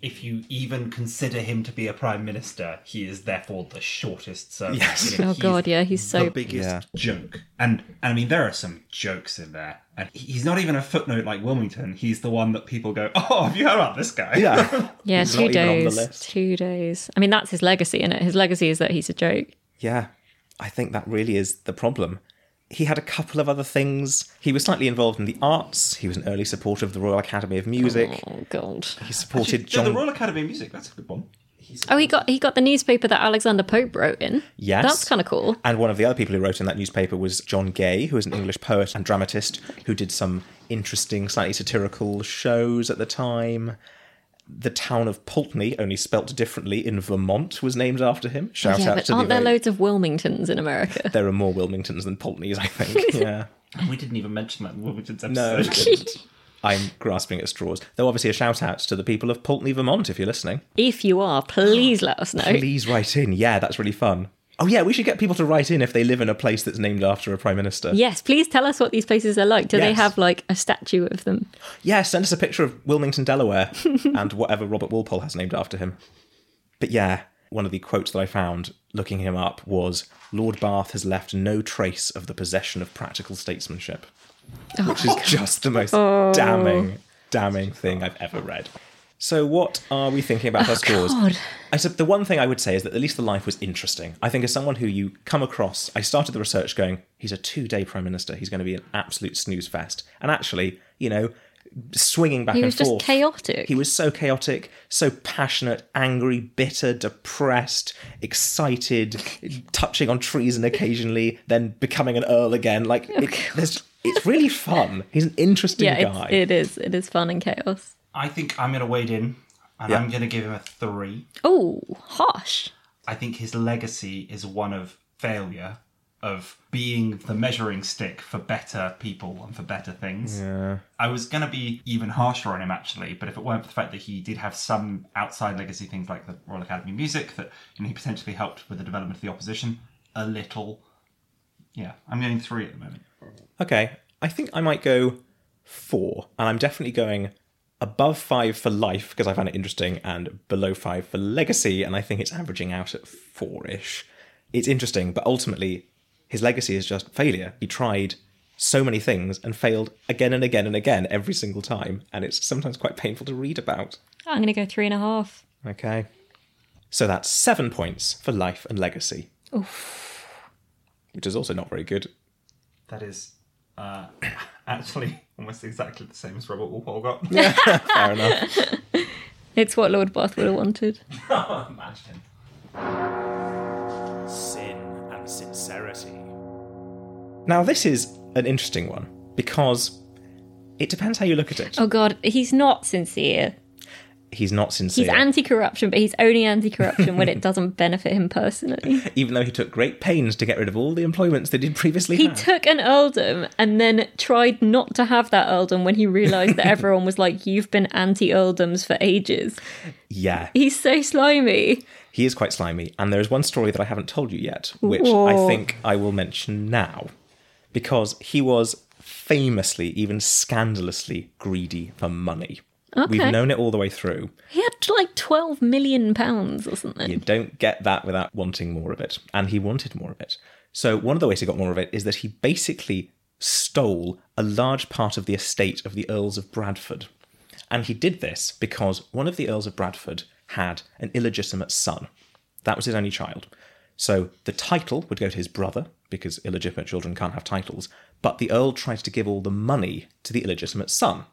[SPEAKER 4] If you even consider him to be a prime minister, he is therefore the shortest servant.
[SPEAKER 2] Yes.
[SPEAKER 4] You know,
[SPEAKER 3] Oh
[SPEAKER 4] he's
[SPEAKER 3] god, yeah, he's so
[SPEAKER 4] the biggest
[SPEAKER 2] Yeah.
[SPEAKER 4] joke. And, and I mean, there are some jokes in there. And he- he's not even a footnote like Wilmington. He's the one that people go, "Oh, have you heard about this guy?"
[SPEAKER 2] Yeah,
[SPEAKER 3] Yeah,
[SPEAKER 2] He's
[SPEAKER 3] two
[SPEAKER 2] not even on the
[SPEAKER 3] days.
[SPEAKER 2] list.
[SPEAKER 3] Two days. I mean, that's his legacy, and his legacy is that he's a joke.
[SPEAKER 2] yeah. I think that really is the problem. He had a couple of other things. He was slightly involved in the arts. He was an early supporter of the Royal Academy of Music.
[SPEAKER 3] Oh god.
[SPEAKER 2] He supported
[SPEAKER 4] Yeah, the
[SPEAKER 2] John.
[SPEAKER 4] Royal Academy of Music. That's a good one.
[SPEAKER 3] Oh, he got he got the newspaper that Alexander Pope wrote in.
[SPEAKER 2] Yes.
[SPEAKER 3] that's kind of cool.
[SPEAKER 2] And one of the other people who wrote in that newspaper was John Gay, who was an English poet and dramatist who did some interesting, slightly satirical shows at the time. The town of Pulteney, only spelt differently in Vermont, was named after him. Shout
[SPEAKER 3] yeah,
[SPEAKER 2] out
[SPEAKER 3] but
[SPEAKER 2] to
[SPEAKER 3] aren't
[SPEAKER 2] the
[SPEAKER 3] there
[SPEAKER 2] very-
[SPEAKER 3] loads of Wilmingtons in America?
[SPEAKER 2] there are more Wilmingtons than Pulteneys, I think. yeah.
[SPEAKER 4] We didn't even mention that in Wilmington's
[SPEAKER 2] No.
[SPEAKER 4] episode.
[SPEAKER 2] I'm grasping at straws. Though obviously a shout out to the people of Pulteney, Vermont, if you're listening.
[SPEAKER 3] if you are, please let us know.
[SPEAKER 2] Please write in. Yeah, that's really fun. Oh yeah, we should get people to write in if they live in a place that's named after a prime minister.
[SPEAKER 3] Yes, please tell us what these places are like. Do they
[SPEAKER 2] Yes.
[SPEAKER 3] have like a statue of them?
[SPEAKER 2] Yeah, send us a picture of Wilmington, Delaware, and whatever Robert Walpole has named after him. But yeah, one of the quotes that I found looking him up was Lord Bath has left no trace of the possession of practical statesmanship, which is just the most damning, damning thing I've ever read. So, what are we thinking about our scores?
[SPEAKER 3] Oh, God.
[SPEAKER 2] I said the one thing I would say is that at least the life was interesting. I think as someone who you come across, I started the research going, he's a two-day prime minister. He's going to be an absolute snooze fest. And actually, you know, swinging back
[SPEAKER 3] He
[SPEAKER 2] and
[SPEAKER 3] was just
[SPEAKER 2] forth,
[SPEAKER 3] chaotic.
[SPEAKER 2] He was so chaotic, so passionate, angry, bitter, depressed, excited, touching on treason occasionally, then becoming an earl again. Like it, there's, it's really fun. He's an interesting
[SPEAKER 3] Oh, yeah,
[SPEAKER 2] guy.
[SPEAKER 3] it's, it is. It is fun and chaos.
[SPEAKER 4] I think I'm going to wade in and
[SPEAKER 2] Yeah.
[SPEAKER 4] I'm going to give him a three.
[SPEAKER 3] Oh, harsh.
[SPEAKER 4] I think his legacy is one of failure, of being the measuring stick for better people and for better things. Yeah. I was going to be even harsher on him, actually, but if it weren't for the fact that he did have some outside legacy things like the Royal Academy of Music, that you know, he potentially helped with the development of the opposition a little. Yeah, I'm going three at the moment.
[SPEAKER 2] Okay, I think I might go four, and I'm definitely going above five for life because I found it interesting, and below five for legacy, and I think it's averaging out at four ish. It's interesting, but ultimately, his legacy is just failure. He tried so many things and failed again and again and again every single time, and it's sometimes quite painful to read about.
[SPEAKER 3] I'm going to go three and a half.
[SPEAKER 2] Okay. So that's seven points for life and legacy. Which is also not very good.
[SPEAKER 4] That is uh, actually almost exactly the same as Robert Walpole got.
[SPEAKER 2] Fair enough.
[SPEAKER 3] It's what Lord Bath would have wanted.
[SPEAKER 4] Matched him.
[SPEAKER 2] sin and sincerity. Now, this is an interesting one because it depends how you look at it.
[SPEAKER 3] Oh, God. He's not sincere.
[SPEAKER 2] He's not sincere,
[SPEAKER 3] He's anti corruption, but he's only anti corruption when it doesn't benefit him personally.
[SPEAKER 2] even though he took great pains to get rid of all the employments that he'd previously
[SPEAKER 3] He
[SPEAKER 2] had.
[SPEAKER 3] took an earldom and then tried not to have that earldom when he realised that everyone was like, You've been anti earldoms for ages.
[SPEAKER 2] yeah,
[SPEAKER 3] He's so slimy.
[SPEAKER 2] he is quite slimy. And there is one story that I haven't told you yet, which I
[SPEAKER 3] Whoa.
[SPEAKER 2] think I will mention now, because he was famously, even scandalously, greedy for money. We've
[SPEAKER 3] Okay.
[SPEAKER 2] known it all the way through.
[SPEAKER 3] He had like 12 million pounds or something.
[SPEAKER 2] You don't get that without wanting more of it. And he wanted more of it. So, one of the ways he got more of it is that he basically stole a large part of the estate of the Earls of Bradford. And he did this because one of the Earls of Bradford had an illegitimate son. That was his only child. So, the title would go to his brother because illegitimate children can't have titles. But the Earl tried to give all the money to the illegitimate son.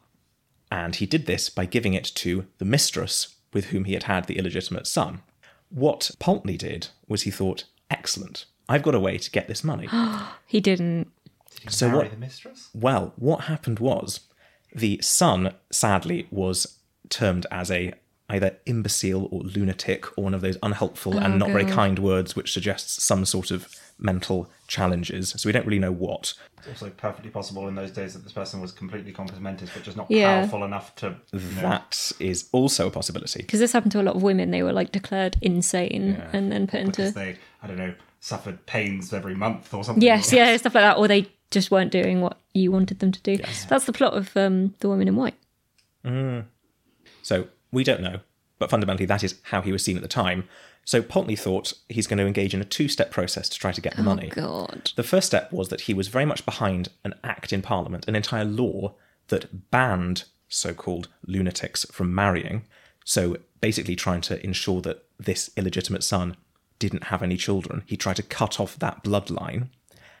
[SPEAKER 2] And he did this by giving it to the mistress with whom he had had the illegitimate son. What Pulteney did was he thought, excellent, I've got a way to get this money.
[SPEAKER 3] He didn't.
[SPEAKER 2] so,
[SPEAKER 4] Marry
[SPEAKER 2] what,
[SPEAKER 4] the mistress?
[SPEAKER 2] well, what happened was the son, sadly, was termed as a either imbecile or lunatic or one of those unhelpful and not very kind words which suggests some sort of mental challenges. So, we don't really know what.
[SPEAKER 4] It's also perfectly possible in those days that this person was completely complimented, but just not
[SPEAKER 3] Yeah.
[SPEAKER 4] powerful enough to. you know.
[SPEAKER 2] That is also a possibility.
[SPEAKER 3] Because this happened to a lot of women. They were like declared insane and then put into.
[SPEAKER 4] because they, I don't know, suffered pains every month or something.
[SPEAKER 3] Yes, yeah, stuff like that. Or they just weren't doing what you wanted them to do. That's the plot of um, The Woman in White.
[SPEAKER 2] So we don't know, but fundamentally that is how he was seen at the time. So Pulteney thought he's going to engage in a two step process to try to get the money.
[SPEAKER 3] God.
[SPEAKER 2] The first step was that he was very much behind an act in Parliament, an entire law that banned so called lunatics from marrying. So basically, trying to ensure that this illegitimate son didn't have any children. He tried to cut off that bloodline.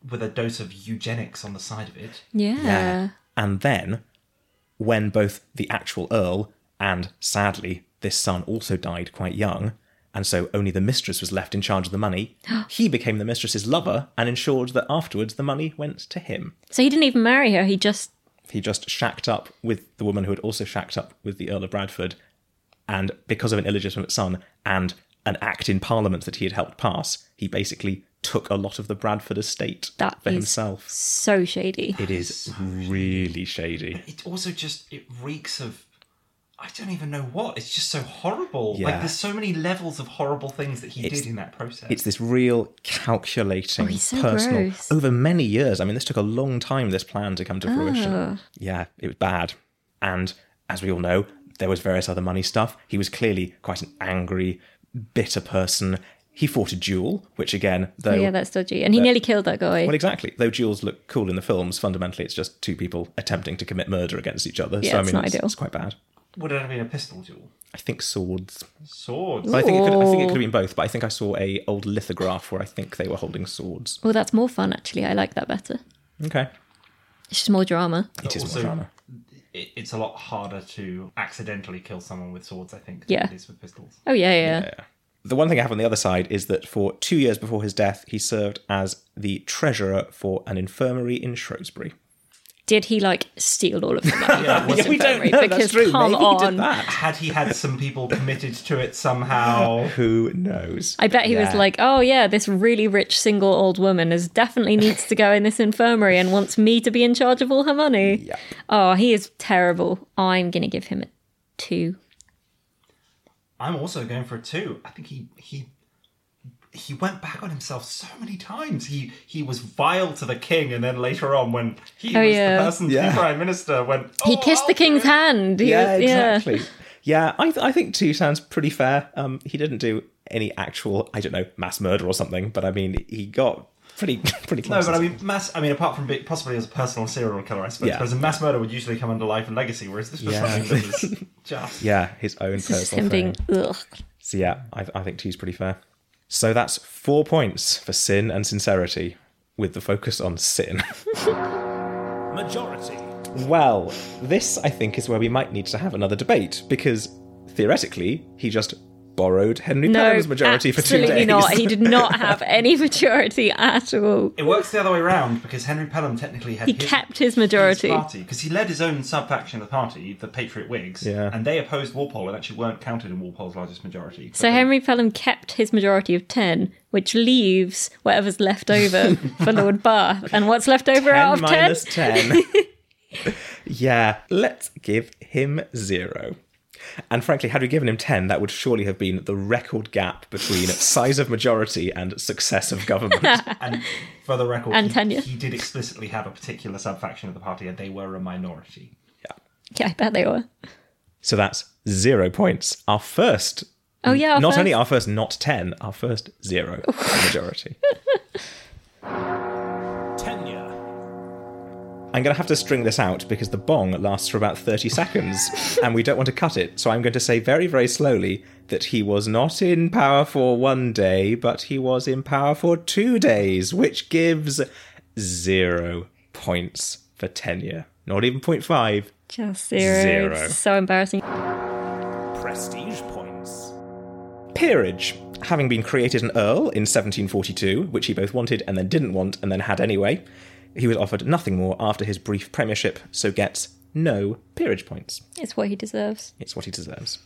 [SPEAKER 4] With a dose of eugenics on the side of it.
[SPEAKER 2] Uh,
[SPEAKER 3] Yeah.
[SPEAKER 2] And then, when both the actual Earl and sadly this son also died quite young, and so only the mistress was left in charge of the money, he became the mistress's lover and ensured that afterwards the money went to him.
[SPEAKER 3] So he didn't even marry her. He just.
[SPEAKER 2] He just shacked up with the woman who had also shacked up with the Earl of Bradford, and because of an illegitimate son and an act in Parliament that he had helped pass, he basically took a lot of the Bradford estate
[SPEAKER 3] That
[SPEAKER 2] for
[SPEAKER 3] is-
[SPEAKER 2] himself.
[SPEAKER 3] So shady.
[SPEAKER 2] It is really shady.
[SPEAKER 4] It also just, it reeks of I don't even know what. It's just so horrible.
[SPEAKER 2] Yeah.
[SPEAKER 4] Like there's so many levels of horrible things that he
[SPEAKER 2] It's-
[SPEAKER 4] did in that process.
[SPEAKER 2] It's this real calculating,
[SPEAKER 3] Oh, he's so
[SPEAKER 2] personal
[SPEAKER 3] gross.
[SPEAKER 2] over many years. I mean, this took a long time. This plan to come to
[SPEAKER 3] Ah.
[SPEAKER 2] fruition. Yeah, it was bad, and as we all know, there was various other money stuff. He was clearly quite an angry, bitter person. He fought a duel, which again, though,
[SPEAKER 3] yeah, that's dodgy. And he nearly killed that guy.
[SPEAKER 2] well, exactly. Though duels look cool in the films, fundamentally, it's just two people attempting to commit murder against each other.
[SPEAKER 3] Yeah,
[SPEAKER 2] so I
[SPEAKER 3] it's
[SPEAKER 2] mean,
[SPEAKER 3] not
[SPEAKER 2] it's,
[SPEAKER 3] ideal.
[SPEAKER 2] it's quite bad.
[SPEAKER 4] Would it have been a pistol duel?
[SPEAKER 2] I think swords.
[SPEAKER 4] Swords.
[SPEAKER 2] But I think it could, I think it
[SPEAKER 3] Ooh.
[SPEAKER 2] could have been both. But I think I saw a old lithograph where I think they were holding swords.
[SPEAKER 3] well, that's more fun actually. I like that better.
[SPEAKER 2] Okay.
[SPEAKER 3] It's just more drama.
[SPEAKER 2] It is
[SPEAKER 4] also-
[SPEAKER 2] more drama.
[SPEAKER 4] It, it's a lot harder to accidentally kill someone with swords, I think,
[SPEAKER 3] Yeah.
[SPEAKER 4] than it is with pistols.
[SPEAKER 3] Oh yeah, yeah. yeah.
[SPEAKER 2] The one thing I have on the other side is that for two years before his death, he served as the treasurer for an infirmary in Shrewsbury.
[SPEAKER 3] Did he like steal all of them? Out?
[SPEAKER 4] Yeah, was it-
[SPEAKER 3] Infirmary, because come
[SPEAKER 2] Maybe he
[SPEAKER 3] on.
[SPEAKER 2] did that.
[SPEAKER 4] Had he had some people committed to it somehow?
[SPEAKER 2] Who knows?
[SPEAKER 3] I bet he was
[SPEAKER 2] Yeah.
[SPEAKER 3] like, "Oh yeah, this really rich single old woman is definitely needs to go in this infirmary and wants me to be in charge of all her money."
[SPEAKER 2] Yep.
[SPEAKER 3] Oh, he is terrible. I'm gonna give him a two.
[SPEAKER 4] I'm also going for a two. I think he he he went back on himself so many times. He he was vile to the king, and then later on, when he
[SPEAKER 3] Oh,
[SPEAKER 4] was
[SPEAKER 3] yeah.
[SPEAKER 4] the person to
[SPEAKER 2] Yeah.
[SPEAKER 4] be prime minister, went
[SPEAKER 3] He
[SPEAKER 4] "Oh,
[SPEAKER 3] kissed the
[SPEAKER 4] I'll do
[SPEAKER 3] king's
[SPEAKER 4] it."
[SPEAKER 3] hand. He
[SPEAKER 2] Yeah,
[SPEAKER 3] was-
[SPEAKER 2] exactly. Yeah, I, th- I think two sounds pretty fair. Um, he didn't do any actual, I don't know, mass murder or something, but I mean, he got pretty pretty
[SPEAKER 4] No,
[SPEAKER 2] close.
[SPEAKER 4] but I mean, mass. I mean, apart from being, possibly as a personal serial killer, I suppose,
[SPEAKER 2] Yeah.
[SPEAKER 4] because a mass murder would usually come under life and legacy, whereas this was
[SPEAKER 2] Yeah.
[SPEAKER 4] something that was just.
[SPEAKER 2] yeah, his own
[SPEAKER 3] It's just
[SPEAKER 2] personal
[SPEAKER 3] him
[SPEAKER 2] thing.
[SPEAKER 3] being ugh.
[SPEAKER 2] So yeah, I, I think two's pretty fair. So that's four points for sin and sincerity, with the focus on sin.
[SPEAKER 1] Majority.
[SPEAKER 2] well, this I think is where we might need to have another debate because theoretically he just borrowed Henry
[SPEAKER 3] No,
[SPEAKER 2] Perrin's majority for two
[SPEAKER 3] absolutely
[SPEAKER 2] days.
[SPEAKER 3] not. He did not have any maturity at all.
[SPEAKER 4] It works the other way around because Henry Pelham technically had
[SPEAKER 3] He
[SPEAKER 4] his,
[SPEAKER 3] kept his
[SPEAKER 4] his
[SPEAKER 3] majority.
[SPEAKER 4] party because he led his own sub faction of the party, the Patriot Whigs,
[SPEAKER 2] Yeah.
[SPEAKER 4] and they opposed Walpole and actually weren't counted in Walpole's largest majority.
[SPEAKER 3] So Henry Pelham kept his majority of 10, which leaves whatever's left over for Lord Bath. And what's left over out
[SPEAKER 2] 10
[SPEAKER 3] of
[SPEAKER 2] minus
[SPEAKER 3] 10?
[SPEAKER 2] 10. yeah, let's give him zero. And frankly, had we given him 10, that would surely have been the record gap between size of majority and success of government.
[SPEAKER 4] And for the record,
[SPEAKER 3] And
[SPEAKER 4] he,
[SPEAKER 3] tenure.
[SPEAKER 4] he did explicitly have a particular sub faction of the party, and they were a minority.
[SPEAKER 3] Yeah, I bet they were.
[SPEAKER 2] so that's zero points. Our first,
[SPEAKER 3] Oh, yeah. our
[SPEAKER 2] not
[SPEAKER 3] first-
[SPEAKER 2] only our first not 10, our first zero majority.
[SPEAKER 1] Tenure.
[SPEAKER 2] I'm going to have to string this out because the bong lasts for about 30 seconds and we don't want to cut it. So I'm going to say very, very slowly that he was not in power for one day, but he was in power for two days, which gives zero points for tenure. Not even 0.5.
[SPEAKER 3] Just zero.
[SPEAKER 2] Zero.
[SPEAKER 3] It's so embarrassing.
[SPEAKER 1] Prestige points.
[SPEAKER 2] Peerage. Having been created an earl in 1742, which he both wanted and then didn't want and then had anyway, he was offered nothing more after his brief premiership, so gets no peerage points.
[SPEAKER 3] It's what he deserves.
[SPEAKER 2] It's what he deserves.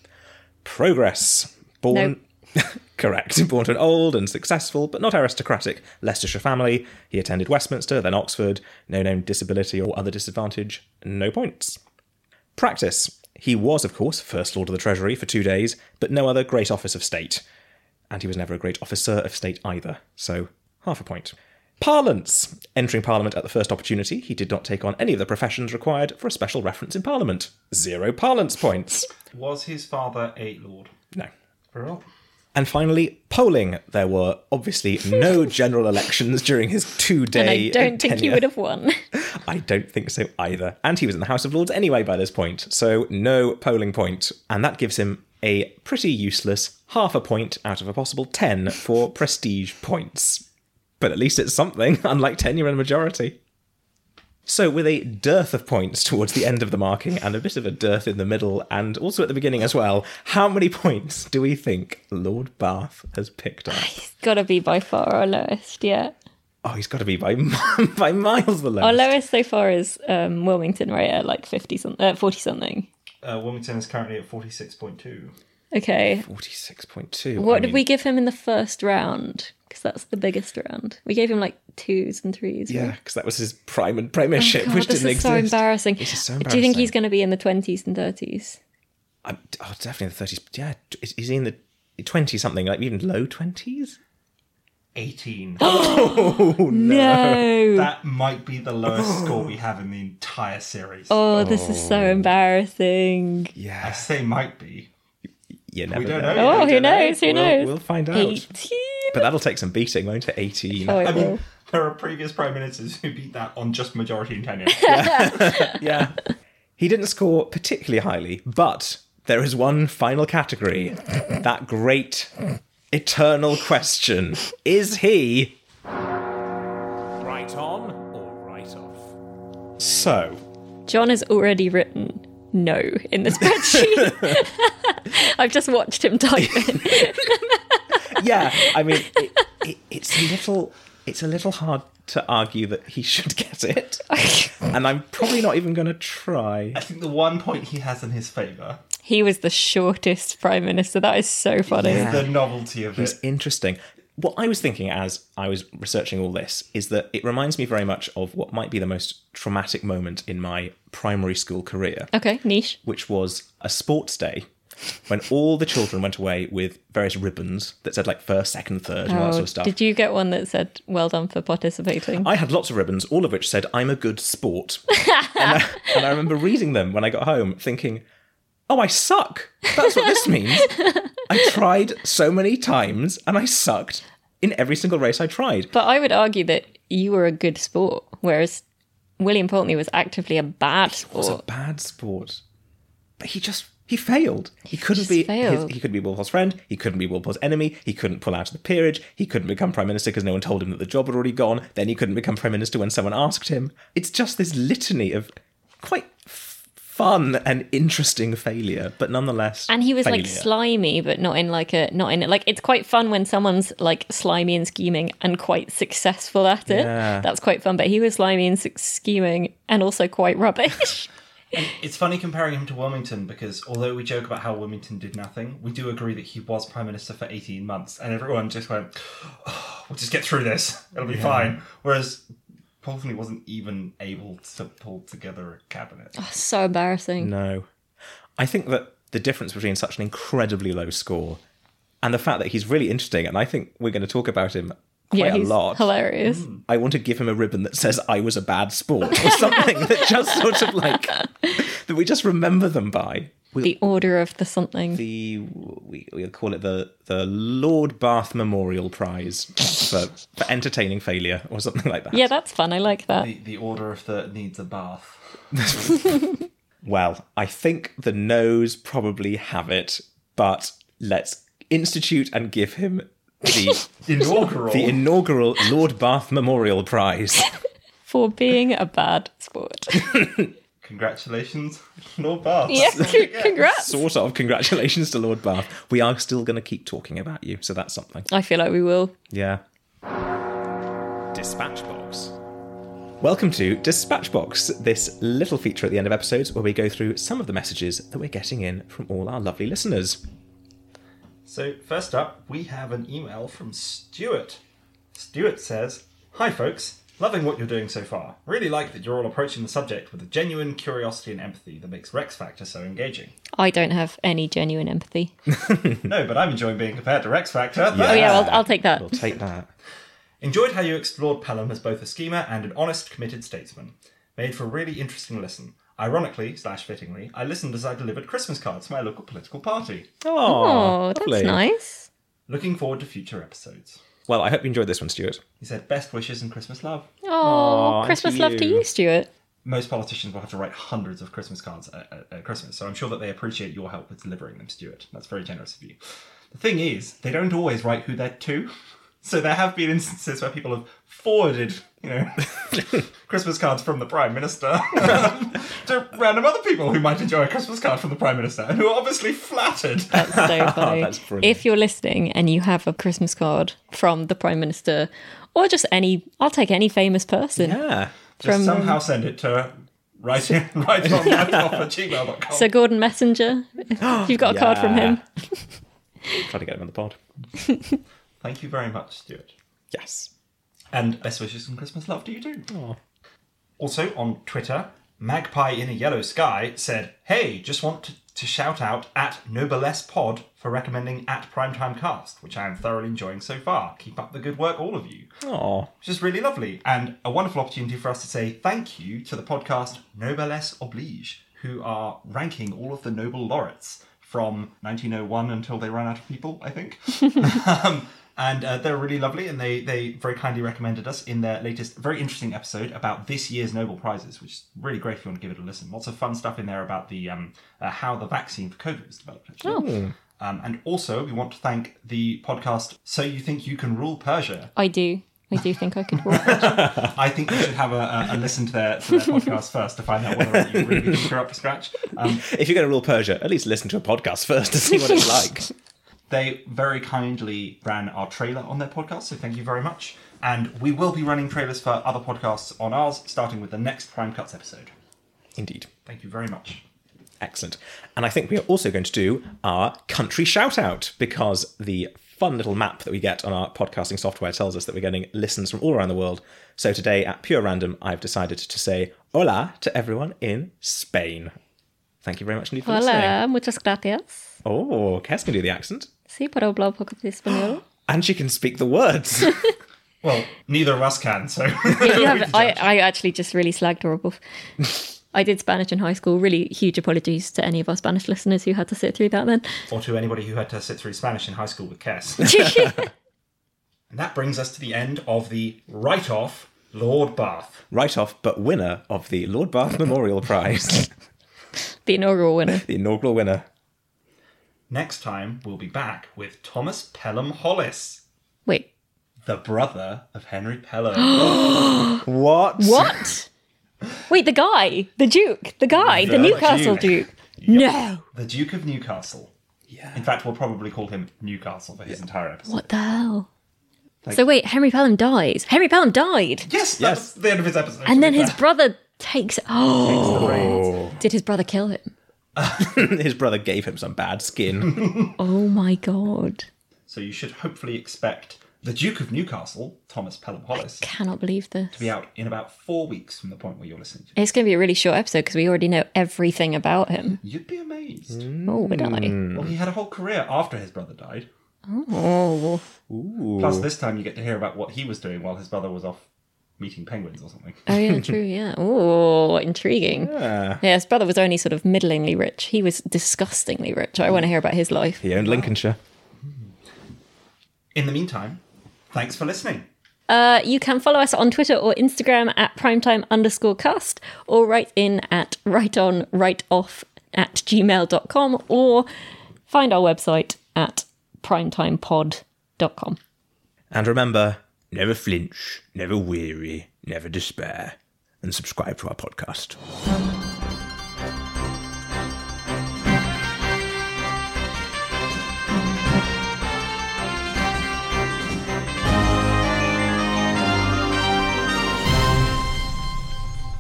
[SPEAKER 2] Progress. Born. Correct. Born to an old and successful, but not aristocratic, Leicestershire family. He attended Westminster, then Oxford. No known disability or other disadvantage. No points. Practice. He was, of course, First Lord of the Treasury for two days, but no other great office of state. And he was never a great officer of state either, so half a point. Parlance. Entering Parliament at the first opportunity, he did not take on any of the professions required for a special reference in Parliament. Zero parlance points.
[SPEAKER 4] Was his father a lord?
[SPEAKER 2] No.
[SPEAKER 4] Well,
[SPEAKER 2] And finally, polling. There were obviously no general elections during his two day.
[SPEAKER 3] And I don't think he would have won.
[SPEAKER 2] I don't think so either. And he was in the House of Lords anyway by this point, so no polling point. And that gives him a pretty useless half a point out of a possible 10 for prestige points. But at least it's something, unlike tenure and majority. So, with a dearth of points towards the end of the marking and a bit of a dearth in the middle and also at the beginning as well, how many points do we think Lord Bath has picked up?
[SPEAKER 3] It's got to be by far our lowest, yeah.
[SPEAKER 2] Oh, he's got to be by, by miles the lowest.
[SPEAKER 3] Our lowest so far is um, Wilmington, right at like 50 some, uh, 40 something.
[SPEAKER 4] uh, Wilmington is currently at forty-six point two.
[SPEAKER 3] Okay.
[SPEAKER 2] 46.2. I
[SPEAKER 3] What did
[SPEAKER 2] mean-
[SPEAKER 3] we give him in the first round? Because that's the biggest round. We gave him like twos and threes. right?
[SPEAKER 2] Yeah, because that was his prime and premiership,
[SPEAKER 3] Oh God,
[SPEAKER 2] which
[SPEAKER 3] this
[SPEAKER 2] didn't
[SPEAKER 3] is
[SPEAKER 2] exist.
[SPEAKER 3] so embarrassing.
[SPEAKER 2] is so
[SPEAKER 3] Do you think he's
[SPEAKER 2] embarrassing.
[SPEAKER 3] going to be in the twenties and thirties?
[SPEAKER 2] I'm, oh, definitely in the 30s. Yeah, is, is he in the 20 something, like even low 20s?
[SPEAKER 4] 18.
[SPEAKER 3] Oh! No.
[SPEAKER 4] that might be the lowest score we have in the entire series.
[SPEAKER 3] oh, this is so embarrassing.
[SPEAKER 4] I
[SPEAKER 2] Yeah.
[SPEAKER 4] say might be.
[SPEAKER 2] You never
[SPEAKER 4] We don't
[SPEAKER 2] know.
[SPEAKER 4] know.
[SPEAKER 3] Oh,
[SPEAKER 4] We
[SPEAKER 3] who
[SPEAKER 4] don't know.
[SPEAKER 3] knows? Who
[SPEAKER 2] We'll-
[SPEAKER 3] knows?
[SPEAKER 2] We'll find out.
[SPEAKER 3] 18.
[SPEAKER 2] But that'll take some beating, won't it? 18.
[SPEAKER 3] Oh, it
[SPEAKER 4] I
[SPEAKER 3] will.
[SPEAKER 4] mean, there are previous prime ministers who beat that on just majority tenure.
[SPEAKER 2] Yeah. he didn't score particularly highly, but there is one final category that great eternal question. Is he?
[SPEAKER 1] Right on or right off?
[SPEAKER 2] So,
[SPEAKER 3] John has already written no in the spreadsheet. I've just watched him type it.
[SPEAKER 2] yeah, I mean, it, it, it's a little. It's a little hard to argue that he should get it. And I'm probably not even going to try.
[SPEAKER 4] I think the one point he has in his favour
[SPEAKER 3] he was the shortest prime minister. That is so funny.
[SPEAKER 4] is the novelty of
[SPEAKER 2] It's
[SPEAKER 4] it.
[SPEAKER 2] interesting. What I was thinking as I was researching all this is that it reminds me very much of what might be the most traumatic moment in my primary school career,
[SPEAKER 3] Okay, niche.
[SPEAKER 2] which was a sports day when all the children went away with various ribbons that said like first, second, third, and all that sort of stuff.
[SPEAKER 3] Oh, did you get one that said "Well done for participating"?
[SPEAKER 2] I had lots of ribbons, all of which said, I'm a good sport. and, I, and I remember reading them when I got home, thinking, oh, I suck. That's what this means. I tried so many times and I sucked in every single race I tried.
[SPEAKER 3] but I would argue that you were a good sport, whereas William Pulteney was actively a bad
[SPEAKER 2] It was
[SPEAKER 3] sport.
[SPEAKER 2] a bad sport. But he just he failed. He, couldn't
[SPEAKER 3] just
[SPEAKER 2] be
[SPEAKER 3] failed.
[SPEAKER 2] His, he couldn't be Walpole's friend. He couldn't be Walpole's enemy. He couldn't pull out of the peerage. He couldn't become prime minister because no one told him that the job had already gone. Then he couldn't become prime minister when someone asked him. It's just this litany of quite f- fun and interesting failure, but nonetheless.
[SPEAKER 3] and he was like
[SPEAKER 2] failure.
[SPEAKER 3] slimy, but not in like a not in like it's quite fun when someone's like slimy and scheming and quite successful at it.
[SPEAKER 2] Yeah.
[SPEAKER 3] That's quite fun. But he was slimy and su- scheming and also quite rubbish.
[SPEAKER 4] It's funny comparing him to Wilmington because although we joke about how Wilmington did nothing, we do agree that he was prime minister for 18 months and everyone just went, "Oh, we'll just get through this. It'll be fine. Whereas Pulteney wasn't even able to pull together a cabinet.
[SPEAKER 3] so embarrassing.
[SPEAKER 2] No. I think that the difference between such an incredibly low score and the fact that he's really interesting, and I think we're going to talk about him quite
[SPEAKER 3] yeah,
[SPEAKER 2] a
[SPEAKER 3] he's
[SPEAKER 2] lot. Mm.
[SPEAKER 3] hilarious.
[SPEAKER 2] I want to give him a ribbon that says I was a bad sport or something that just sort of like that we just remember them by. We'll,
[SPEAKER 3] The order of the something.
[SPEAKER 2] the we, we'll call it the the Lord Bath Memorial Prize for, for entertaining failure or something like that.
[SPEAKER 3] yeah, that's fun. I like that.
[SPEAKER 4] The, the order of the needs a bath.
[SPEAKER 2] Well, I think the no's probably have it, but let's institute and give him the
[SPEAKER 4] Inaugural.
[SPEAKER 2] the inaugural Lord Bath Memorial Prize.
[SPEAKER 3] For being a bad sport.
[SPEAKER 4] Congratulations, Lord Bath.
[SPEAKER 3] yeah, c- congrats.
[SPEAKER 2] sort of. Congratulations to Lord Bath. We are still going to keep talking about you, so that's something.
[SPEAKER 3] I feel like we will.
[SPEAKER 2] Yeah.
[SPEAKER 1] Dispatch box.
[SPEAKER 2] Welcome to Dispatch Box, this little feature at the end of episodes where we go through some of the messages that we're getting in from all our lovely listeners.
[SPEAKER 4] So, first up, we have an email from Stuart. Stuart says, Hi, folks. Loving what you're doing so far. Really like that you're all approaching the subject with a genuine curiosity and empathy that makes Rex Factor so engaging.
[SPEAKER 3] I don't have any genuine empathy.
[SPEAKER 4] No, but I'm enjoying being compared to Rex Factor.
[SPEAKER 3] Oh,
[SPEAKER 2] Ah,
[SPEAKER 3] yeah, I'll, I'll take that.
[SPEAKER 2] We'll take that.
[SPEAKER 4] Enjoyed how you explored Pelham as both a schemer and an honest, committed statesman. Made for a really interesting listen. Ironically, slash fittingly, I listened as I delivered Christmas cards to my local political party.
[SPEAKER 2] Oh,
[SPEAKER 3] Oh, that's nice.
[SPEAKER 4] Looking forward to future episodes.
[SPEAKER 2] Well, I hope you enjoyed this one, Stuart.
[SPEAKER 4] He said, Best wishes and Christmas love.
[SPEAKER 3] Oh,
[SPEAKER 2] and
[SPEAKER 3] Christmas
[SPEAKER 2] to
[SPEAKER 3] love to
[SPEAKER 2] you.
[SPEAKER 3] you, Stuart.
[SPEAKER 4] most politicians will have to write hundreds of Christmas cards at, at- at Christmas, so I'm sure that they appreciate your help with delivering them, Stuart. That's very generous of you. The thing is, they don't always write who they're to, so there have been instances where people have forwarded, you know, Christmas cards from the Prime Minister to random other people who might enjoy a Christmas card from the Prime Minister and who are obviously flattered.
[SPEAKER 3] That's so funny.
[SPEAKER 2] Oh, That's brilliant.
[SPEAKER 3] if you're listening and you have a Christmas card from the Prime Minister or just any, I'll take any famous person.
[SPEAKER 2] Yeah.
[SPEAKER 4] Just
[SPEAKER 3] From-
[SPEAKER 4] somehow send it to writing writing on laptop at gmail.com.
[SPEAKER 3] Sir Gordon Messenger, if you've got a card from him.
[SPEAKER 2] Try to get him on the pod.
[SPEAKER 4] Thank you very much, Stuart.
[SPEAKER 2] Yes.
[SPEAKER 4] And best wishes and Christmas love to you too. Also on Twitter, Magpie in a Yellow Sky said, Hey, just want to, to shout out at Noblesse Pod for recommending at Primetime Cast, which I am thoroughly enjoying so far. Keep up the good work, all of you.
[SPEAKER 2] Oh,
[SPEAKER 4] Which is really lovely and a wonderful opportunity for us to say thank you to the podcast Noblesse Oblige, who are ranking all of the Nobel laureates from 1901 until they run out of people, I think. um, and uh, they're really lovely, and they, they very kindly recommended us in their latest, very interesting episode about this year's Nobel Prizes, which is really great if you want to give it a listen. Lots of fun stuff in there about the um, uh, how the vaccine for COVID was developed. Actually. Um, and also, we want to thank the podcast So You Think You Can Rule Persia,
[SPEAKER 3] I do. I do think I could walk. actually.
[SPEAKER 4] I think you should have a, a, a listen to their, to their podcast first to find out whether or not you really think you're up to scratch. Um,
[SPEAKER 2] if you're going to rule Persia, at least listen to a podcast first to see what it's like.
[SPEAKER 4] they very kindly ran our trailer on their podcast, so thank you very much. And we will be running trailers for other podcasts on ours, starting with the next Prime Cuts episode.
[SPEAKER 2] Indeed.
[SPEAKER 4] Thank you very much.
[SPEAKER 2] Excellent. And I think we are also going to do our country shout out because the fun little map that we get on our podcasting software tells us that we're getting listens from all around the world. So today, at pure random, I've decided to say hola to everyone in Spain. Thank you very much indeed for listening.
[SPEAKER 3] Hola, Uh, muchas gracias.
[SPEAKER 2] Oh, Kes can do the accent.
[SPEAKER 3] Sí, para hablar un poco de español.
[SPEAKER 2] And she can speak the words.
[SPEAKER 4] Well, neither of us can, so
[SPEAKER 3] If you have, I, I actually just really slagged her off. I did Spanish in high school. Really huge apologies to any of our Spanish listeners who had to sit through that then.
[SPEAKER 4] or to anybody who had to sit through Spanish in high school with Kes. and that brings us to the end of the write-off Lord Bath.
[SPEAKER 2] right off, but winner of the Lord Bath Memorial Prize,
[SPEAKER 3] the inaugural winner.
[SPEAKER 2] the inaugural winner.
[SPEAKER 4] Next time we'll be back with Thomas Pelham Hollis.
[SPEAKER 3] Wait,
[SPEAKER 4] the brother of Henry Pelham.
[SPEAKER 2] What?
[SPEAKER 3] what? Wait, the guy, the Duke, the guy, the,
[SPEAKER 4] The
[SPEAKER 3] Newcastle Duke. No.
[SPEAKER 4] the Duke of Newcastle. Yeah. In fact, we'll probably call him Newcastle for his entire episode.
[SPEAKER 3] What the hell? so wait, Henry Pelham dies. Henry Pelham died,
[SPEAKER 4] Yes, that
[SPEAKER 2] Yes.
[SPEAKER 4] was the end of his episode.
[SPEAKER 3] and then his brother takes. Oh,
[SPEAKER 4] the reins.
[SPEAKER 3] did his brother kill him?
[SPEAKER 2] His brother gave him some bad skin.
[SPEAKER 3] Oh my god!
[SPEAKER 4] So you should hopefully expect the Duke of Newcastle, Thomas Pelham Hollis, to
[SPEAKER 3] Cannot believe this.
[SPEAKER 4] be out in about four weeks from the point where you're listening to. it.
[SPEAKER 3] It's going to be a really short episode because we already know everything about him.
[SPEAKER 4] You'd be amazed.
[SPEAKER 3] Oh, would I?
[SPEAKER 4] Well, he had a whole career after his brother died.
[SPEAKER 3] Oh,
[SPEAKER 4] Plus, this time you get to hear about what he was doing while his brother was off meeting penguins or something.
[SPEAKER 3] oh yeah, true. Yeah. Oh, intriguing.
[SPEAKER 2] Yeah.
[SPEAKER 3] Yeah, his brother was only sort of middlingly rich. He was disgustingly rich. I want to hear about his life.
[SPEAKER 2] He owned Lincolnshire.
[SPEAKER 4] In the meantime, thanks for listening.
[SPEAKER 3] Uh, you can follow us on Twitter or Instagram at primetime underscore cast or write in at write on write off at gmail.com or find our website at primetimepod.com.
[SPEAKER 2] And remember, never flinch, never weary, never despair, and subscribe to our podcast.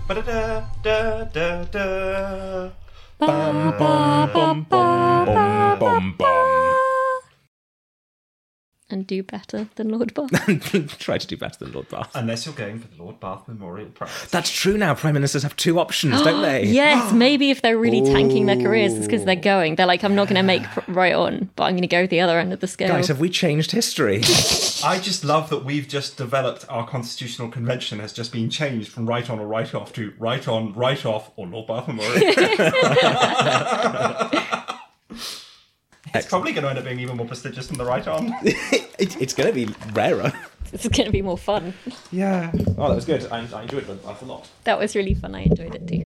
[SPEAKER 4] Ba-da-da, da-da-da.
[SPEAKER 2] Bum, bum, bum.
[SPEAKER 3] And do better than Lord Bob.
[SPEAKER 2] Try to do better than Lord Bath.
[SPEAKER 4] Unless you're going for the Lord Bath Memorial Prize.
[SPEAKER 2] That's true now. Prime ministers have two options, don't they?
[SPEAKER 3] yes, maybe if they're really tanking their careers, it's because they're going. They're like, I'm not going to make pr- right on, but I'm going to go the other end of the scale.
[SPEAKER 2] Guys, have we changed history?
[SPEAKER 4] I just love that we've just developed our constitutional convention has just been changed from right on or right off to right on, right off, or Lord Bath Memorial. it's probably going to end up being even more prestigious than the right on.
[SPEAKER 2] it, it's going to be rarer.
[SPEAKER 3] It's going to be more fun.
[SPEAKER 2] Yeah. Oh, that was good. I, I enjoyed Lord Bath a lot.
[SPEAKER 3] That was really fun. I enjoyed it too.